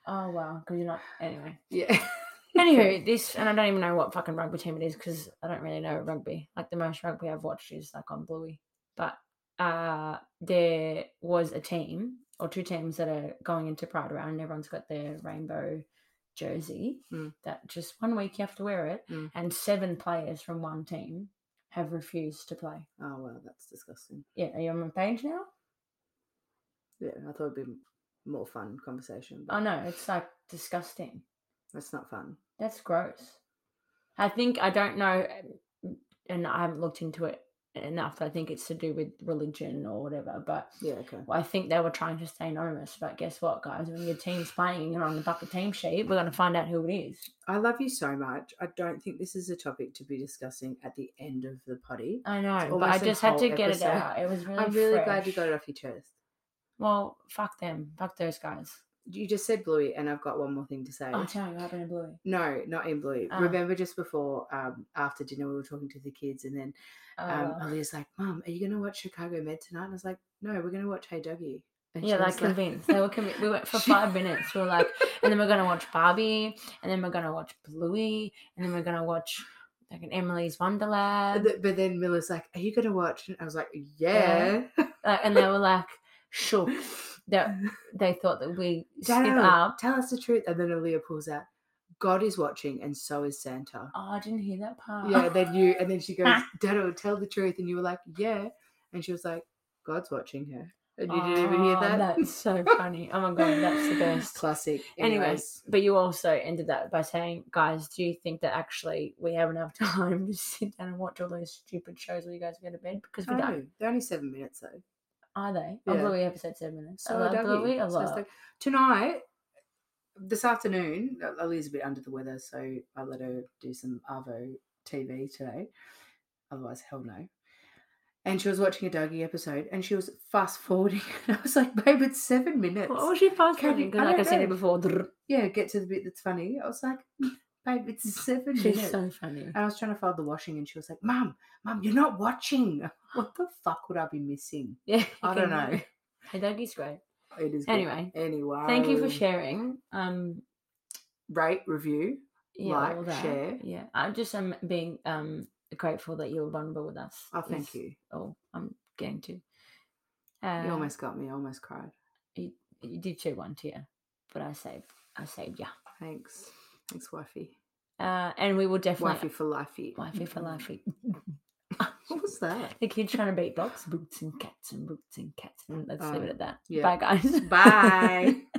Speaker 2: Oh wow, because you're not anyway.
Speaker 3: Yeah.
Speaker 2: Anywho, this and I don't even know what fucking rugby team it is because I don't really know rugby. Like the most rugby I've watched is like on Bluey. But uh there was a team or two teams that are going into Pride round and everyone's got their rainbow jersey
Speaker 3: Mm.
Speaker 2: that just one week you have to wear it
Speaker 3: Mm.
Speaker 2: and seven players from one team have refused to play.
Speaker 3: Oh, wow. That's disgusting.
Speaker 2: Yeah, are you on my page now?
Speaker 3: Yeah. I thought it'd be m- more fun conversation, but
Speaker 2: Oh no, it's like disgusting.
Speaker 3: that's not fun.
Speaker 2: That's gross. I think I don't know, um, and I haven't looked into it enough. I think it's to do with religion or whatever. But
Speaker 3: Yeah. Okay.
Speaker 2: I think they were trying to stay anonymous. But guess what, guys? When your team's playing and you're on the bucket team sheet, we're going to find out who it is.
Speaker 3: I love you so much. I don't think this is a topic to be discussing at the end of the potty.
Speaker 2: I know, but I
Speaker 3: almost a
Speaker 2: just had to
Speaker 3: whole
Speaker 2: get
Speaker 3: episode.
Speaker 2: it out. It was really.
Speaker 3: I'm really glad you
Speaker 2: fresh.
Speaker 3: got it off your chest.
Speaker 2: Well, fuck them. Fuck those guys.
Speaker 3: You just said Bluey, and I've got one more thing to say.
Speaker 2: Oh, tell me what happened to Bluey.
Speaker 3: No, not in blue.
Speaker 2: Ah.
Speaker 3: Remember just before, um, after dinner, we were talking to the kids, and then um,
Speaker 2: Uh,
Speaker 3: Olivia's like, Mum, are you going to watch Chicago Med tonight? And I was like, No, we're going to watch Hey Dougie. And she
Speaker 2: yeah, like
Speaker 3: was
Speaker 2: convinced. They were convinced. We went for
Speaker 3: She-
Speaker 2: five minutes. We were like, and then we're gonna watch Barbie, and then we're gonna watch Bluey, and then we're gonna watch like an Emily's
Speaker 3: But
Speaker 2: Wonderland.
Speaker 3: th- but then Miller's like, Are you going to watch? And I was like, Yeah.
Speaker 2: Like, and they were like shook that they thought that we
Speaker 3: Dad,
Speaker 2: skip up.
Speaker 3: tell us the truth. And then Olivia pulls out, God is watching, and so is Santa.
Speaker 2: Oh, I didn't hear that part.
Speaker 3: Yeah, then you, and then she goes, Dada, tell the truth. And you were like, Yeah. And she was like, God's watching her. And you didn't even hear
Speaker 2: Oh,
Speaker 3: that?
Speaker 2: That's so funny. Oh my god, that's the best.
Speaker 3: Classic.
Speaker 2: Anyways, but you also ended that by saying, guys, do you think that actually we have enough time to sit down and watch all those stupid shows while you guys go to bed? Because we
Speaker 3: Anyways,
Speaker 2: don't.
Speaker 3: no, Oh, they're only seven minutes though.
Speaker 2: Are they? Yeah. Oh,
Speaker 3: Yeah.
Speaker 2: Bluey episode seven. Minutes.
Speaker 3: So
Speaker 2: Oh, I love
Speaker 3: I don't
Speaker 2: Bluey
Speaker 3: eat.
Speaker 2: a
Speaker 3: So it's
Speaker 2: lot.
Speaker 3: like- tonight, this afternoon, Lily's a bit under the weather, so I let her do some Arvo TV today. Otherwise, hell no. And she was watching a Dougie episode, and she was fast forwarding. And I was like, "Babe, it's seven minutes."
Speaker 2: what was your fast
Speaker 3: Can
Speaker 2: forwarding?
Speaker 3: you-
Speaker 2: 'Cause
Speaker 3: I
Speaker 2: like
Speaker 3: don't
Speaker 2: I've seen it
Speaker 3: know.
Speaker 2: before. drrr.
Speaker 3: yeah, get to the bit that's funny. I was like, "Babe, it's seven
Speaker 2: She's
Speaker 3: minutes."
Speaker 2: so funny.
Speaker 3: and I was trying to fold the washing, and she was like, "Mum, mum, you're not watching. What the fuck would I be missing?"
Speaker 2: Yeah, you
Speaker 3: I don't
Speaker 2: can-
Speaker 3: know.
Speaker 2: Hey, Dougie's great.
Speaker 3: It is good.
Speaker 2: Anyway,
Speaker 3: Anyway,
Speaker 2: thank you for sharing. Um,
Speaker 3: Rate, review.
Speaker 2: yeah,
Speaker 3: Like,
Speaker 2: all that.
Speaker 3: share.
Speaker 2: Yeah, I'm just um being um grateful that you were vulnerable with us.
Speaker 3: Oh, thank
Speaker 2: is
Speaker 3: you.
Speaker 2: All Um, I'm getting to. Uh,
Speaker 3: You almost got me. I almost cried.
Speaker 2: you did two one to you, but I saved. I saved you.
Speaker 3: Thanks. Thanks, wifey.
Speaker 2: Uh, and we will
Speaker 3: Wifey
Speaker 2: definitely
Speaker 3: for lifey.
Speaker 2: wifey for life.
Speaker 3: What was that?
Speaker 2: The kid's trying to beatbox boots and cats and boots and cats and let's leave
Speaker 3: Oh,
Speaker 2: it at that.
Speaker 3: yeah.
Speaker 2: Bye guys.
Speaker 3: Bye.